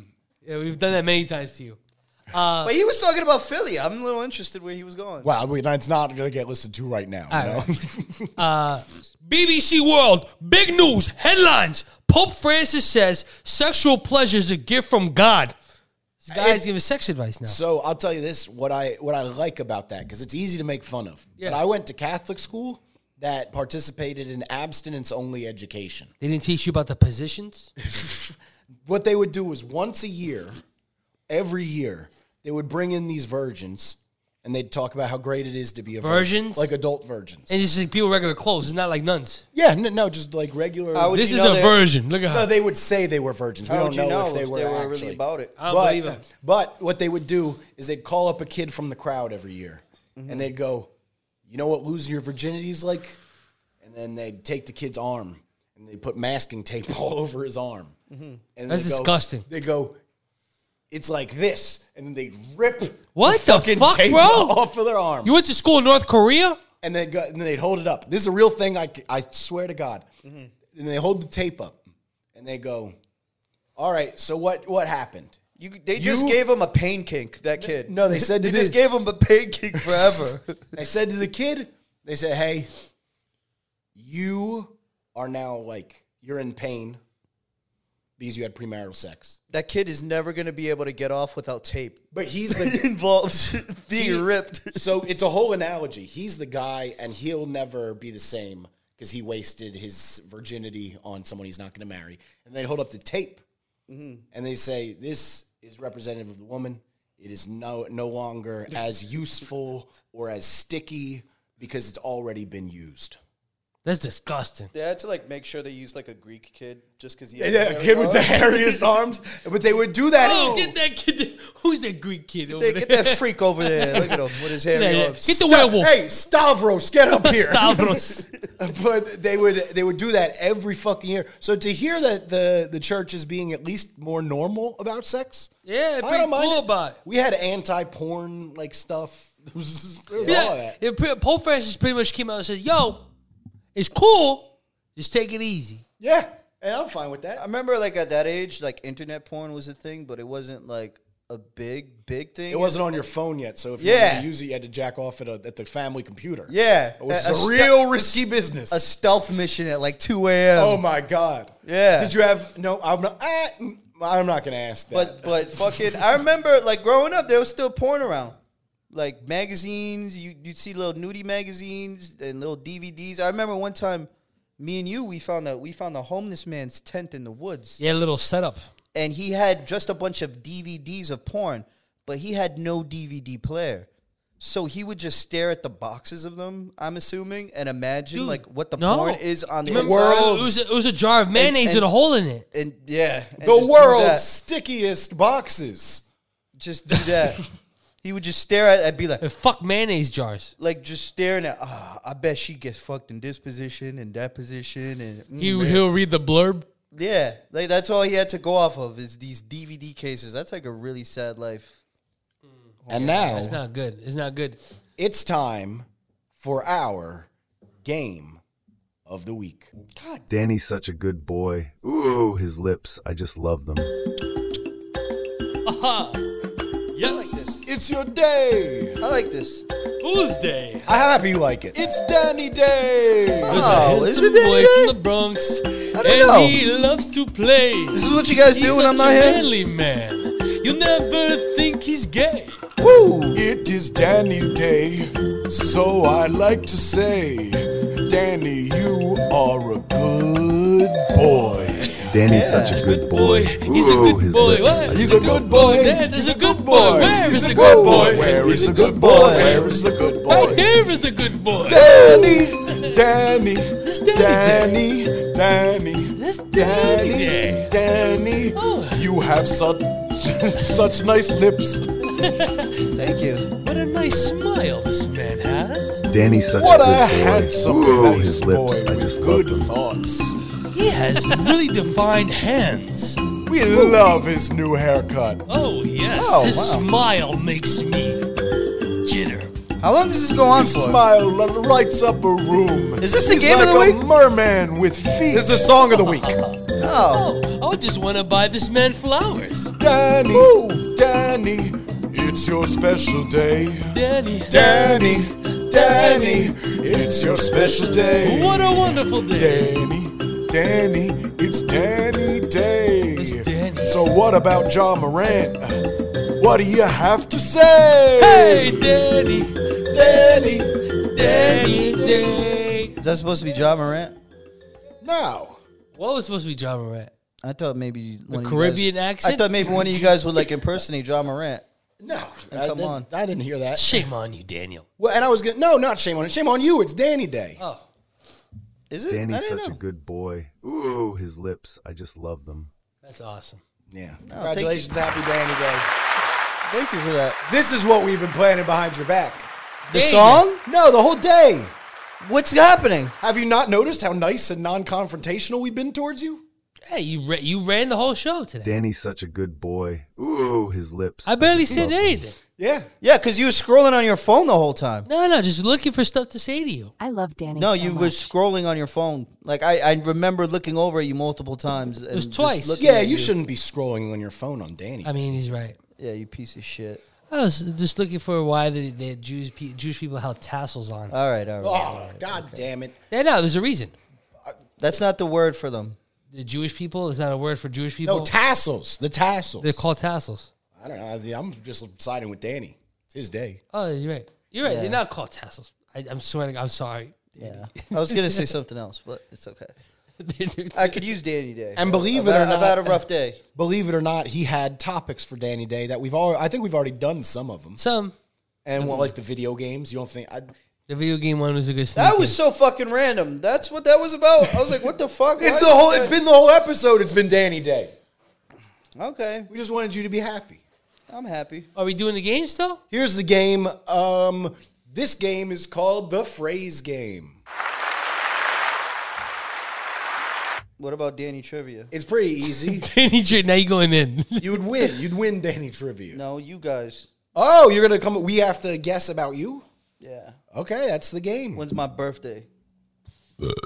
Speaker 4: Yeah, we've done that many times to you.
Speaker 2: But he was talking about Philly. I'm a little interested where he was going.
Speaker 5: Wow, we, it's not going to get listened to right now. you know?
Speaker 4: BBC World, big news, headlines. Pope Francis says sexual pleasure is a gift from God. This guy's giving sex advice now.
Speaker 5: so I'll tell you this: what I what I like about that because it's easy to make fun of.
Speaker 4: Yeah.
Speaker 5: But I went to Catholic school that participated in abstinence only education.
Speaker 4: They didn't teach you about the positions?
Speaker 5: what they would do was once a year, every year, they would bring in these virgins and they'd talk about how great it is to be a virgin.
Speaker 4: Virgins?
Speaker 5: like adult virgins.
Speaker 4: And it's just like people in regular clothes. It's not like nuns.
Speaker 5: yeah, no, no, just like regular.
Speaker 2: How would
Speaker 4: This
Speaker 2: you
Speaker 4: is
Speaker 2: know
Speaker 4: a
Speaker 2: that-
Speaker 4: version. Look at
Speaker 5: no,
Speaker 4: her.
Speaker 5: they would say they were virgins.
Speaker 2: How
Speaker 5: we
Speaker 2: would
Speaker 5: don't
Speaker 2: you
Speaker 5: know, if they were,
Speaker 2: really
Speaker 5: actually. Uh,
Speaker 2: about it?
Speaker 4: I don't believe
Speaker 5: But,
Speaker 4: him.
Speaker 5: but what they would do is they'd call up a kid from the crowd every year
Speaker 4: Mm-hmm.
Speaker 5: and they'd go, You know what losing your virginity is like? And then they'd take the kid's arm and they put masking tape [laughs] all over his arm. And
Speaker 4: Mm-hmm. That's
Speaker 5: they'd go-
Speaker 4: disgusting.
Speaker 5: They go, It's like this. And then they rip
Speaker 4: What the,
Speaker 5: fucking
Speaker 4: fuck,
Speaker 5: tape
Speaker 4: bro?
Speaker 5: [laughs] off of their arm.
Speaker 4: You went to school in North Korea?
Speaker 5: and, they'd go, and then they'd hold it up. This is a real thing, I, c- I swear to God.
Speaker 4: Mm-hmm.
Speaker 5: And they hold the tape up and they go, All right, so what, what happened?
Speaker 2: You, they just
Speaker 5: You-
Speaker 2: gave him a pain kink. That kid.
Speaker 5: No,
Speaker 2: [laughs]
Speaker 5: they said
Speaker 2: they
Speaker 5: to
Speaker 2: just
Speaker 5: this-
Speaker 2: gave him a pain kink
Speaker 5: [laughs]
Speaker 2: forever.
Speaker 5: I said to the kid, they said, hey, you are now like, you're in pain because you had premarital sex.
Speaker 2: that kid is never going to be able to get off without tape.
Speaker 5: [laughs] But he's the, [laughs]
Speaker 2: involves being ripped.
Speaker 5: so it's a whole analogy. He's the guy and he'll never be the same because he wasted his virginity on someone he's not going to marry. And they hold up the tape and they say, this is representative of the woman. It is no, no longer as useful or as sticky because it's already been used.
Speaker 4: That's disgusting.
Speaker 2: [laughs] They had to like make sure they used like a Greek kid just because he
Speaker 5: Yeah, yeah, kid with the hairiest arms. But they would do that.
Speaker 4: Oh, get that kid. [laughs] Who's that Greek kid over
Speaker 2: They,
Speaker 4: there? [laughs]
Speaker 2: get that freak over there.
Speaker 5: [laughs]
Speaker 2: Look at him with his hair.
Speaker 4: Yeah, yeah.
Speaker 2: arms.
Speaker 4: Get the
Speaker 5: Sta-
Speaker 4: werewolf.
Speaker 5: Hey, Stavros,
Speaker 4: [laughs]
Speaker 5: get up here.
Speaker 4: Stavros.
Speaker 5: [laughs] but they would they would do that every fucking year. So to hear that the the church is being at least more normal about sex,
Speaker 4: Yeah,
Speaker 5: I
Speaker 4: be
Speaker 5: don't mind
Speaker 4: cool
Speaker 5: it.
Speaker 4: about it.
Speaker 5: We had anti porn like stuff. [laughs] It was, it was all of
Speaker 4: Yeah,
Speaker 5: that.
Speaker 4: yeah, pre- Pope Francis pretty much came out and said, "Yo, it's cool. Just take it easy."
Speaker 5: Yeah, and I'm fine with
Speaker 2: I
Speaker 5: that.
Speaker 2: remember like at that age, like internet porn was a thing, but it wasn't like a big, big thing.
Speaker 5: It wasn't on your phone yet, so if you
Speaker 2: Yeah.
Speaker 5: wanted to use it, you had to jack off at, a, at the family computer.
Speaker 2: Yeah,
Speaker 5: which is
Speaker 2: a
Speaker 5: a,
Speaker 2: ste-
Speaker 5: real risky business.
Speaker 2: a stealth mission at like 2 a.m.
Speaker 5: Oh my god!
Speaker 2: Yeah.
Speaker 5: Did you have no? I'm not. ah, mm, I'm not gonna ask that.
Speaker 2: But but fucking, I remember like growing up, there was still porn around, like magazines. You you'd see little nudie magazines and little DVDs. I remember one time, me and you, we found a we found a homeless man's tent in the woods,
Speaker 4: Yeah, little setup.
Speaker 2: and he had just a bunch of DVDs of porn, but he had no DVD player. So he would just stare at the boxes of them, I'm assuming, and imagine
Speaker 4: Dude,
Speaker 2: like what the
Speaker 4: no.
Speaker 2: porn is on the
Speaker 4: Remember,
Speaker 2: inside.
Speaker 4: It was, a, it was a jar of mayonnaise
Speaker 2: and-
Speaker 4: with a hole in it.
Speaker 2: And yeah, and just
Speaker 5: the
Speaker 2: do
Speaker 5: world's
Speaker 2: that.
Speaker 5: stickiest boxes.
Speaker 2: just do that.
Speaker 4: [laughs]
Speaker 2: he would just stare at. I'd be like,
Speaker 4: And fuck mayonnaise jars.
Speaker 2: like just staring at. Ah, I bet she gets fucked in this position and that position, and mm,
Speaker 4: He he'll read the blurb.
Speaker 2: yeah, like that's all he had to go off of is these DVD cases. That's like a really sad life.
Speaker 5: and now
Speaker 4: It's not good. It's not good.
Speaker 5: it's time for our game of the week.
Speaker 8: Danny's such a good boy. Ooh, his lips. I just love them.
Speaker 4: Aha. [laughs] Yes.
Speaker 5: It's your day.
Speaker 2: I like this.
Speaker 4: Who's day?
Speaker 5: I'm happy you like it. It's Danny Day.
Speaker 2: Oh, is it
Speaker 4: boy
Speaker 2: that
Speaker 4: from the Bronx,
Speaker 2: don't
Speaker 4: and
Speaker 2: know.
Speaker 4: he loves to play.
Speaker 2: This is what you guys
Speaker 4: He's
Speaker 2: do
Speaker 4: such
Speaker 2: when I'm not
Speaker 4: a
Speaker 2: here.
Speaker 4: manly man. You never think he's gay.
Speaker 2: Woo!
Speaker 5: It is Danny Day, so I like to say, Danny, you are a good boy.
Speaker 8: Danny's such a good boy.
Speaker 4: He's a
Speaker 8: Ooh,
Speaker 4: good
Speaker 8: his
Speaker 4: boy.
Speaker 8: lips.
Speaker 4: What?
Speaker 8: I
Speaker 5: He's
Speaker 8: just
Speaker 5: a
Speaker 8: love
Speaker 5: good
Speaker 8: them.
Speaker 5: boy.
Speaker 4: Dad is a good boy. Where is the good boy?
Speaker 5: Where is the good boy?
Speaker 2: boy?
Speaker 5: Where is the good
Speaker 4: Right
Speaker 5: boy?
Speaker 4: there is the good boy.
Speaker 5: Danny,
Speaker 4: Danny
Speaker 5: Danny, Danny, Danny,
Speaker 4: That's Danny
Speaker 5: Danny,
Speaker 4: Day.
Speaker 5: Danny.
Speaker 4: Oh.
Speaker 5: You have such such nice lips.
Speaker 2: Thank you.
Speaker 4: What a nice smile this man has.
Speaker 8: Danny's such
Speaker 5: What
Speaker 8: a good
Speaker 5: a
Speaker 8: boy.
Speaker 5: handsome,
Speaker 8: Ooh,
Speaker 5: nice
Speaker 8: his
Speaker 5: boy
Speaker 8: lips. I
Speaker 5: with
Speaker 8: just love
Speaker 5: good
Speaker 8: them.
Speaker 5: thoughts.
Speaker 4: He has really defined hands.
Speaker 5: We love his new haircut.
Speaker 4: Oh yes,
Speaker 5: Oh,
Speaker 4: his
Speaker 5: wow.
Speaker 4: smile makes me jitter.
Speaker 2: How long does this go on
Speaker 5: His
Speaker 2: for?
Speaker 5: smile li- lights up a room.
Speaker 2: Is this the
Speaker 5: He's
Speaker 2: game of
Speaker 5: like
Speaker 2: the
Speaker 5: a
Speaker 2: week?
Speaker 5: merman with feet. This is the song of the week.
Speaker 2: No.
Speaker 4: Oh, I just want to buy this man flowers,
Speaker 5: Danny, Danny, it's your special day.
Speaker 4: Danny.
Speaker 5: Danny, Danny, it's your special day.
Speaker 4: What a wonderful day.
Speaker 5: Danny, Danny, it's Danny Day.
Speaker 4: It's Danny.
Speaker 5: So what about John Morant? What do you have to say?
Speaker 4: Hey, Danny,
Speaker 5: Danny.
Speaker 4: Danny Day.
Speaker 2: Is that supposed to be John Morant?
Speaker 5: Now,
Speaker 4: What was supposed to be John Morant?
Speaker 2: I thought maybe one of you
Speaker 4: Caribbean
Speaker 2: guys-
Speaker 4: accent?
Speaker 2: I thought maybe one of you guys would like impersonate John Morant.
Speaker 5: no,
Speaker 2: And
Speaker 5: I
Speaker 2: Oh, come
Speaker 5: didn't-
Speaker 2: on.
Speaker 5: I didn't hear that.
Speaker 4: Shame on you, Daniel.
Speaker 5: Well, and I was gonna no, not shame on it. Shame on you. It's Danny Day.
Speaker 4: Oh,
Speaker 2: Is it? I
Speaker 8: Danny's
Speaker 2: didn't
Speaker 8: such a
Speaker 2: know.
Speaker 8: good boy. Ooh, his lips. I just love them.
Speaker 4: that's awesome.
Speaker 5: yeah.
Speaker 2: you.
Speaker 5: Congratulations, happy Danny Day.
Speaker 2: Thank you for that.
Speaker 5: This is what we've been planning behind your back.
Speaker 2: The
Speaker 4: There you
Speaker 2: song?
Speaker 5: No, the whole day.
Speaker 2: What's happening?
Speaker 5: Have you not noticed how nice and non-confrontational we've been towards you?
Speaker 4: Hey, you ra- you ran the whole show today.
Speaker 8: Danny's such a good boy. Ooh, his lips.
Speaker 4: I barely
Speaker 8: just
Speaker 4: said
Speaker 8: love them.
Speaker 4: anything.
Speaker 5: Yeah.
Speaker 2: Yeah, because you were scrolling on your phone the whole time.
Speaker 4: No, no, just looking for stuff to say to you.
Speaker 6: I love Danny
Speaker 2: No,
Speaker 6: so
Speaker 2: you
Speaker 6: much.
Speaker 2: were scrolling on your phone. Like I, I remember looking over at you multiple times. It
Speaker 4: was twice.
Speaker 5: Yeah, you shouldn't be scrolling on your phone on Danny.
Speaker 4: I mean, he's right.
Speaker 2: Yeah, you piece of shit.
Speaker 4: I was just looking for why the, the Jews pe- Jewish people held tassels on.
Speaker 2: All right, all right.
Speaker 5: oh,
Speaker 3: Ah.
Speaker 2: all right.
Speaker 5: god damn it.
Speaker 4: yeah, no, there's a reason.
Speaker 2: That's not the word for them.
Speaker 4: The Jewish people is not a word for Jewish people.
Speaker 5: No, tassels. The tassels.
Speaker 4: They're called tassels.
Speaker 5: I don't know. I- I'm just siding with Danny. It's his day.
Speaker 4: Oh, you're right. You're right. They're not called tassels. I, I'm swearing. I'm sorry. [laughs]
Speaker 2: Yeah, I was gonna say something else, but it's okay. I could use Danny Day.
Speaker 5: And believe
Speaker 2: I've
Speaker 5: it or
Speaker 2: had- I've had a
Speaker 5: not-
Speaker 2: rough day.
Speaker 5: Believe it or not, he had topics for Danny Day that we've all I think we've already done some of them.
Speaker 4: Some
Speaker 5: And what like the video games, you don't think I
Speaker 4: the video game one was a good.
Speaker 2: That
Speaker 4: sneak
Speaker 2: was
Speaker 4: in.
Speaker 2: so fucking random. That's what that was about. I was like, what the fuck?
Speaker 5: [laughs] It's
Speaker 2: Why
Speaker 5: the
Speaker 2: is
Speaker 5: whole
Speaker 2: that-
Speaker 5: it's been the whole episode it's been Danny Day.
Speaker 2: Okay,
Speaker 5: We just wanted you to be happy.
Speaker 2: I'm happy.
Speaker 4: Are we doing the game still? [laughs]
Speaker 5: Here's the game. Um, this game is called the phrase game.
Speaker 2: What about Danny trivia?
Speaker 5: It's
Speaker 2: [laughs]
Speaker 5: pretty easy.
Speaker 4: Danny, Tr- now you going in? [laughs]
Speaker 5: you would win. You'd win Danny trivia.
Speaker 2: No, you guys.
Speaker 5: Oh, you're gonna come. We have to guess about you.
Speaker 2: Yeah.
Speaker 5: Okay, that's the game.
Speaker 2: When's my birthday?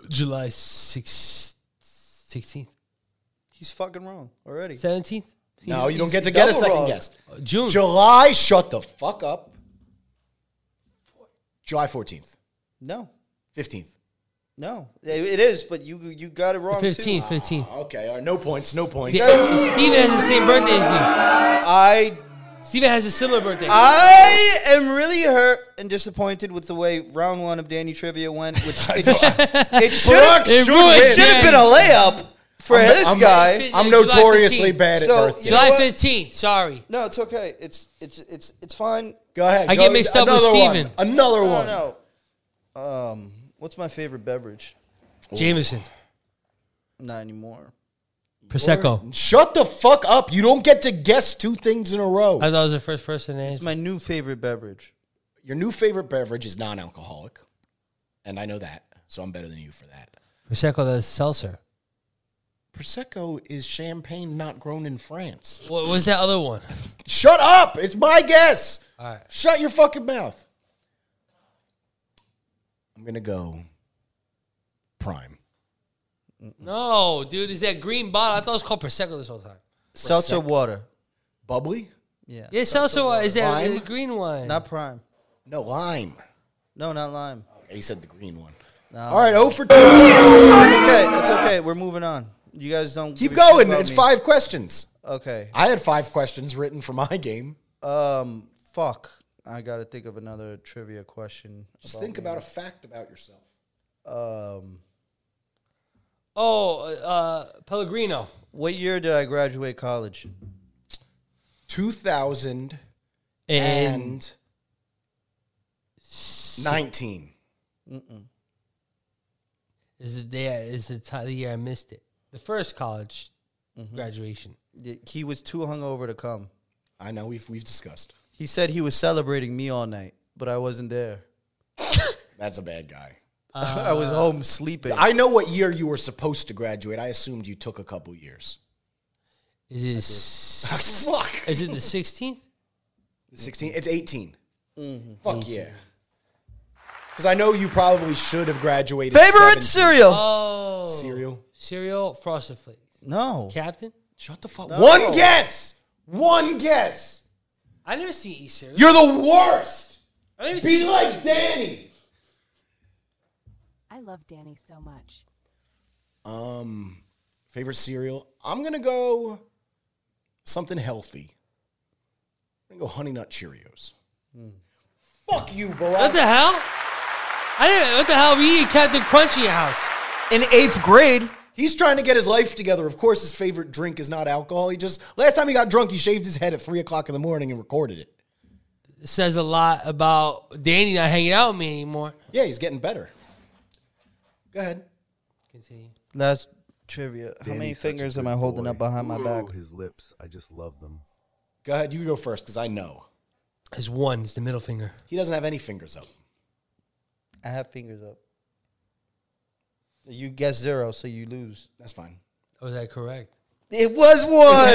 Speaker 4: July six, 16th,
Speaker 2: He's fucking wrong already.
Speaker 4: 17th,
Speaker 5: no,
Speaker 2: he's-
Speaker 5: you don't
Speaker 2: he's
Speaker 5: get to get a
Speaker 2: double
Speaker 5: second
Speaker 2: wrong.
Speaker 5: guess.
Speaker 4: Uh, June.
Speaker 5: July. Shut the fuck up. July fourteenth,
Speaker 2: No,
Speaker 5: fifteenth.
Speaker 2: no, it it is. But you you got it wrong. too. Ah,
Speaker 4: 15th, 15th.
Speaker 5: Okay, all right, no points. No points.
Speaker 4: Da- Steven has the same birthday as
Speaker 2: I
Speaker 4: you. Steven has a similar birthday.
Speaker 2: Ah, I am really hurt and disappointed with the way round one of Danny Trivia went. Which
Speaker 5: [laughs]
Speaker 2: it, it should have
Speaker 4: It ruined Danny.
Speaker 2: been a layup for this
Speaker 5: I'm-
Speaker 2: guy.
Speaker 5: I'm
Speaker 4: July
Speaker 5: notoriously
Speaker 4: 15th.
Speaker 5: bad at
Speaker 2: So,
Speaker 5: birthdays.
Speaker 2: you know
Speaker 4: July
Speaker 2: what?
Speaker 4: 15th. Sorry.
Speaker 2: No, it's okay. It's it's it's it's fine.
Speaker 5: Go ahead.
Speaker 4: I
Speaker 5: go-
Speaker 4: get mixed up with
Speaker 5: another one,
Speaker 4: Steven.
Speaker 5: Another one.
Speaker 2: No, no. Um, what's my favorite beverage?
Speaker 4: Jameson.
Speaker 2: Not anymore.
Speaker 4: Prosecco.
Speaker 5: Shut the fuck up. You don't get to guess two things in a row.
Speaker 4: I thought I was the first person to
Speaker 2: It's
Speaker 4: answer.
Speaker 2: my new favorite beverage.
Speaker 5: Your new favorite beverage is non alcoholic. And I know that. So I'm better than you for that.
Speaker 4: Prosecco, that's seltzer.
Speaker 5: Prosecco is champagne not grown in France.
Speaker 4: What was that other one?
Speaker 5: Shut up. It's my guess.
Speaker 4: All right.
Speaker 5: Shut your fucking mouth. I'm going to go prime.
Speaker 4: No, dude, is that green bottle? I thought it was called Prosecco this whole time.
Speaker 2: Seltzer water.
Speaker 5: Bubbly?
Speaker 2: Yeah.
Speaker 4: Yeah, seltzer wine. Is that
Speaker 5: Lime?
Speaker 4: the green wine?
Speaker 2: Not prime.
Speaker 5: No, lime.
Speaker 2: No, not lime.
Speaker 5: He said the green one. All right, 0 for 2.
Speaker 2: It's okay. It's okay. We're moving on. You guys don't
Speaker 5: Keep
Speaker 2: give a shit
Speaker 5: going.
Speaker 2: about
Speaker 5: It's
Speaker 2: me.
Speaker 5: five questions.
Speaker 2: Okay.
Speaker 5: I had five questions written for my game.
Speaker 2: Um. Fuck. I gotta think of another trivia question.
Speaker 5: Just think about a fact about yourself.
Speaker 2: Um.
Speaker 4: oh, uh, Pellegrino.
Speaker 2: What year did I graduate college?
Speaker 5: 2000
Speaker 4: And,
Speaker 5: and 19.
Speaker 4: is it there? Is the time the year I missed it? The first college
Speaker 5: Mm-hmm.
Speaker 4: graduation.
Speaker 2: Y- He was too hungover to come.
Speaker 5: I know we've we've discussed.
Speaker 2: He said he was celebrating me all night, but I wasn't there. [laughs]
Speaker 5: That's a bad guy.
Speaker 2: I was home sleeping.
Speaker 5: I know what year you were supposed to graduate. I assumed you took a couple years.
Speaker 4: Is it s-
Speaker 5: Fuck.
Speaker 4: is it
Speaker 5: [laughs]
Speaker 4: the sixteenth?
Speaker 5: 16. It's 18.
Speaker 4: Mm-hmm.
Speaker 5: Fuck yeah. Because I know you probably should have graduated.
Speaker 2: Favorite
Speaker 5: 17.
Speaker 2: cereal?
Speaker 4: Oh,
Speaker 5: Cereal.
Speaker 4: cereal, frosted flakes,
Speaker 2: no.
Speaker 4: Captain.
Speaker 5: Shut the fuck. One guess. One guess.
Speaker 4: I never seen E cereal.
Speaker 5: You're the worst.
Speaker 4: I never
Speaker 5: Be
Speaker 4: seen- E
Speaker 5: like Danny.
Speaker 6: I love Danny so much.
Speaker 5: Um, favorite cereal? I'm gonna go something healthy. I'm gonna go Honey Nut Cheerios. Hmm. Fuck you,
Speaker 4: what
Speaker 5: Barack.
Speaker 4: the hell? I didn't. What the hell? We eat Captain Crunch in your house.
Speaker 2: In eighth grade,
Speaker 5: He's trying to get his life together. Of course, his favorite drink is not alcohol. He just last time he got drunk, he shaved his head at three o'clock in the morning and recorded it.
Speaker 4: It says a lot about Danny not hanging out with me anymore.
Speaker 5: Yeah, he's getting better. Go ahead.
Speaker 4: Continue.
Speaker 2: last trivia. How many
Speaker 8: Danny's such a
Speaker 2: fingers
Speaker 8: good
Speaker 2: am I holding
Speaker 8: boy.
Speaker 2: up behind my
Speaker 8: Ooh,
Speaker 2: back?
Speaker 8: His lips, I just love them.
Speaker 5: Go ahead. You go first because I know
Speaker 4: It's one. It's the middle finger.
Speaker 5: he doesn't have any fingers up.
Speaker 2: I have fingers up. You guess zero, so you lose.
Speaker 5: That's fine.
Speaker 4: Was that [laughs] correct?
Speaker 2: It was one.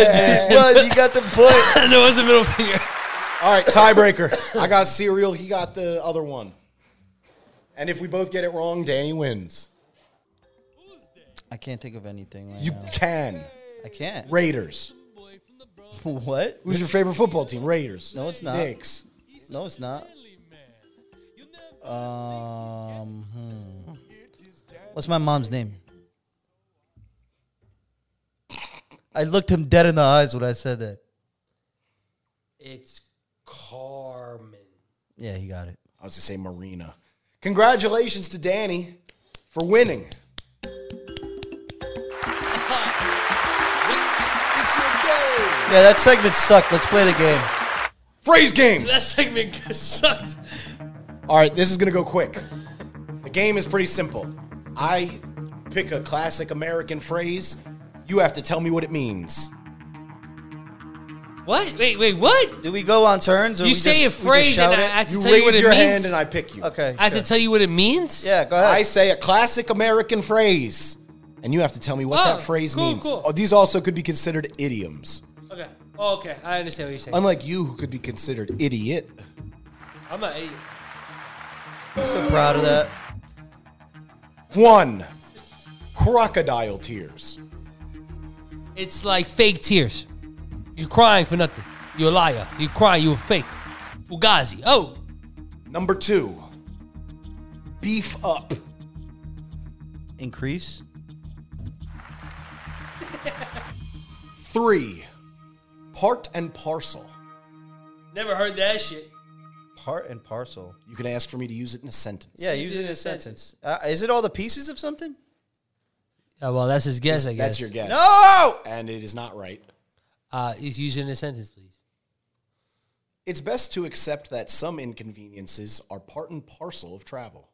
Speaker 8: [laughs]
Speaker 2: It was. You got the point.
Speaker 4: there was a middle finger. [laughs]
Speaker 5: All right, tiebreaker. I got cereal. He got the other one. And if we both get it wrong, Danny wins.
Speaker 2: I can't think of anything right
Speaker 5: You
Speaker 2: now.
Speaker 5: can.
Speaker 2: I can't.
Speaker 5: Raiders.
Speaker 2: [laughs] What?
Speaker 5: Who's your favorite football team? Raiders.
Speaker 2: No, it's not.
Speaker 5: Knicks.
Speaker 2: No, it's not. Um, hmm. What's my mom's name? I looked him dead in the eyes when I said that.
Speaker 4: It's Carmen.
Speaker 2: Yeah, he got it.
Speaker 5: I was gonna say Marina. Congratulations to Danny for winning. It's your day.
Speaker 2: Yeah, that segment sucked. Let's play the game.
Speaker 5: Phrase game.
Speaker 4: That segment sucked.
Speaker 5: All right, this is going to go quick. The game is pretty simple. I pick a classic American phrase. You have to tell me what it means.
Speaker 4: What? Wait, wait, what?
Speaker 2: Do we go on turns? Or
Speaker 4: You
Speaker 2: we just,
Speaker 4: say a
Speaker 2: we just
Speaker 4: phrase and
Speaker 2: shout
Speaker 4: I
Speaker 2: it?
Speaker 4: have to
Speaker 5: You
Speaker 4: tell you what
Speaker 5: raise
Speaker 4: it
Speaker 5: your
Speaker 4: means.
Speaker 5: hand and I pick you.
Speaker 2: Okay.
Speaker 4: I have
Speaker 2: sure.
Speaker 4: to tell you what it means.
Speaker 2: Yeah, go ahead.
Speaker 5: I say a classic American phrase, and you have to tell me what
Speaker 4: Oh,
Speaker 5: that phrase
Speaker 4: cool,
Speaker 5: means.
Speaker 4: cool.
Speaker 5: Oh, these also could be considered idioms.
Speaker 4: Okay. Oh, okay. I understand what you're saying.
Speaker 5: Unlike you, who could be considered idiot.
Speaker 4: I'm not idiot.
Speaker 2: I'm so proud of that.
Speaker 5: One, crocodile tears.
Speaker 4: It's like fake tears. You're crying for nothing. You're a liar. You're crying. You're fake. Fugazi. Oh,
Speaker 5: Number two, beef up.
Speaker 2: Increase.
Speaker 5: Three, part and parcel.
Speaker 4: never heard that shit.
Speaker 2: Part and parcel.
Speaker 5: You can ask for me to use it in a sentence.
Speaker 2: Yeah, use it in a sentence. Uh, is it all the pieces of something?
Speaker 4: Oh, well, that's his guess, I guess.
Speaker 5: That's your guess.
Speaker 2: No!
Speaker 5: And it is not right.
Speaker 4: Uh, he's using a sentence, please.
Speaker 5: It's best to accept that some inconveniences are part and parcel of travel.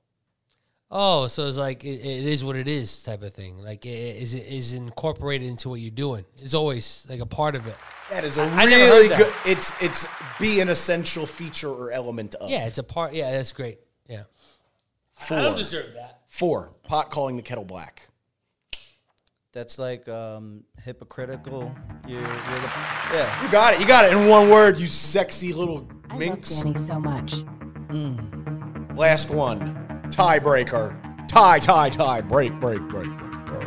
Speaker 4: Oh, so it's like it, it is what it is type of thing. Like it it is it is incorporated into what you're doing. It's always like a part of it.
Speaker 5: That is a
Speaker 4: I never
Speaker 5: really
Speaker 4: heard
Speaker 5: good.
Speaker 4: that.
Speaker 5: It's it's be an essential feature or element of.
Speaker 4: Yeah, it's a part. Yeah, that's great. Yeah.
Speaker 5: Four.
Speaker 4: deserve that.
Speaker 5: Four. Pot calling the kettle black.
Speaker 2: That's like um, hypocritical. You're, you're the, yeah.
Speaker 5: You got it. You got it in one word. You sexy little
Speaker 6: I
Speaker 5: minx.
Speaker 6: love Danny so much.
Speaker 5: Last one. Tiebreaker. Tie. Tie. Tie. Break. Break. Break. Break.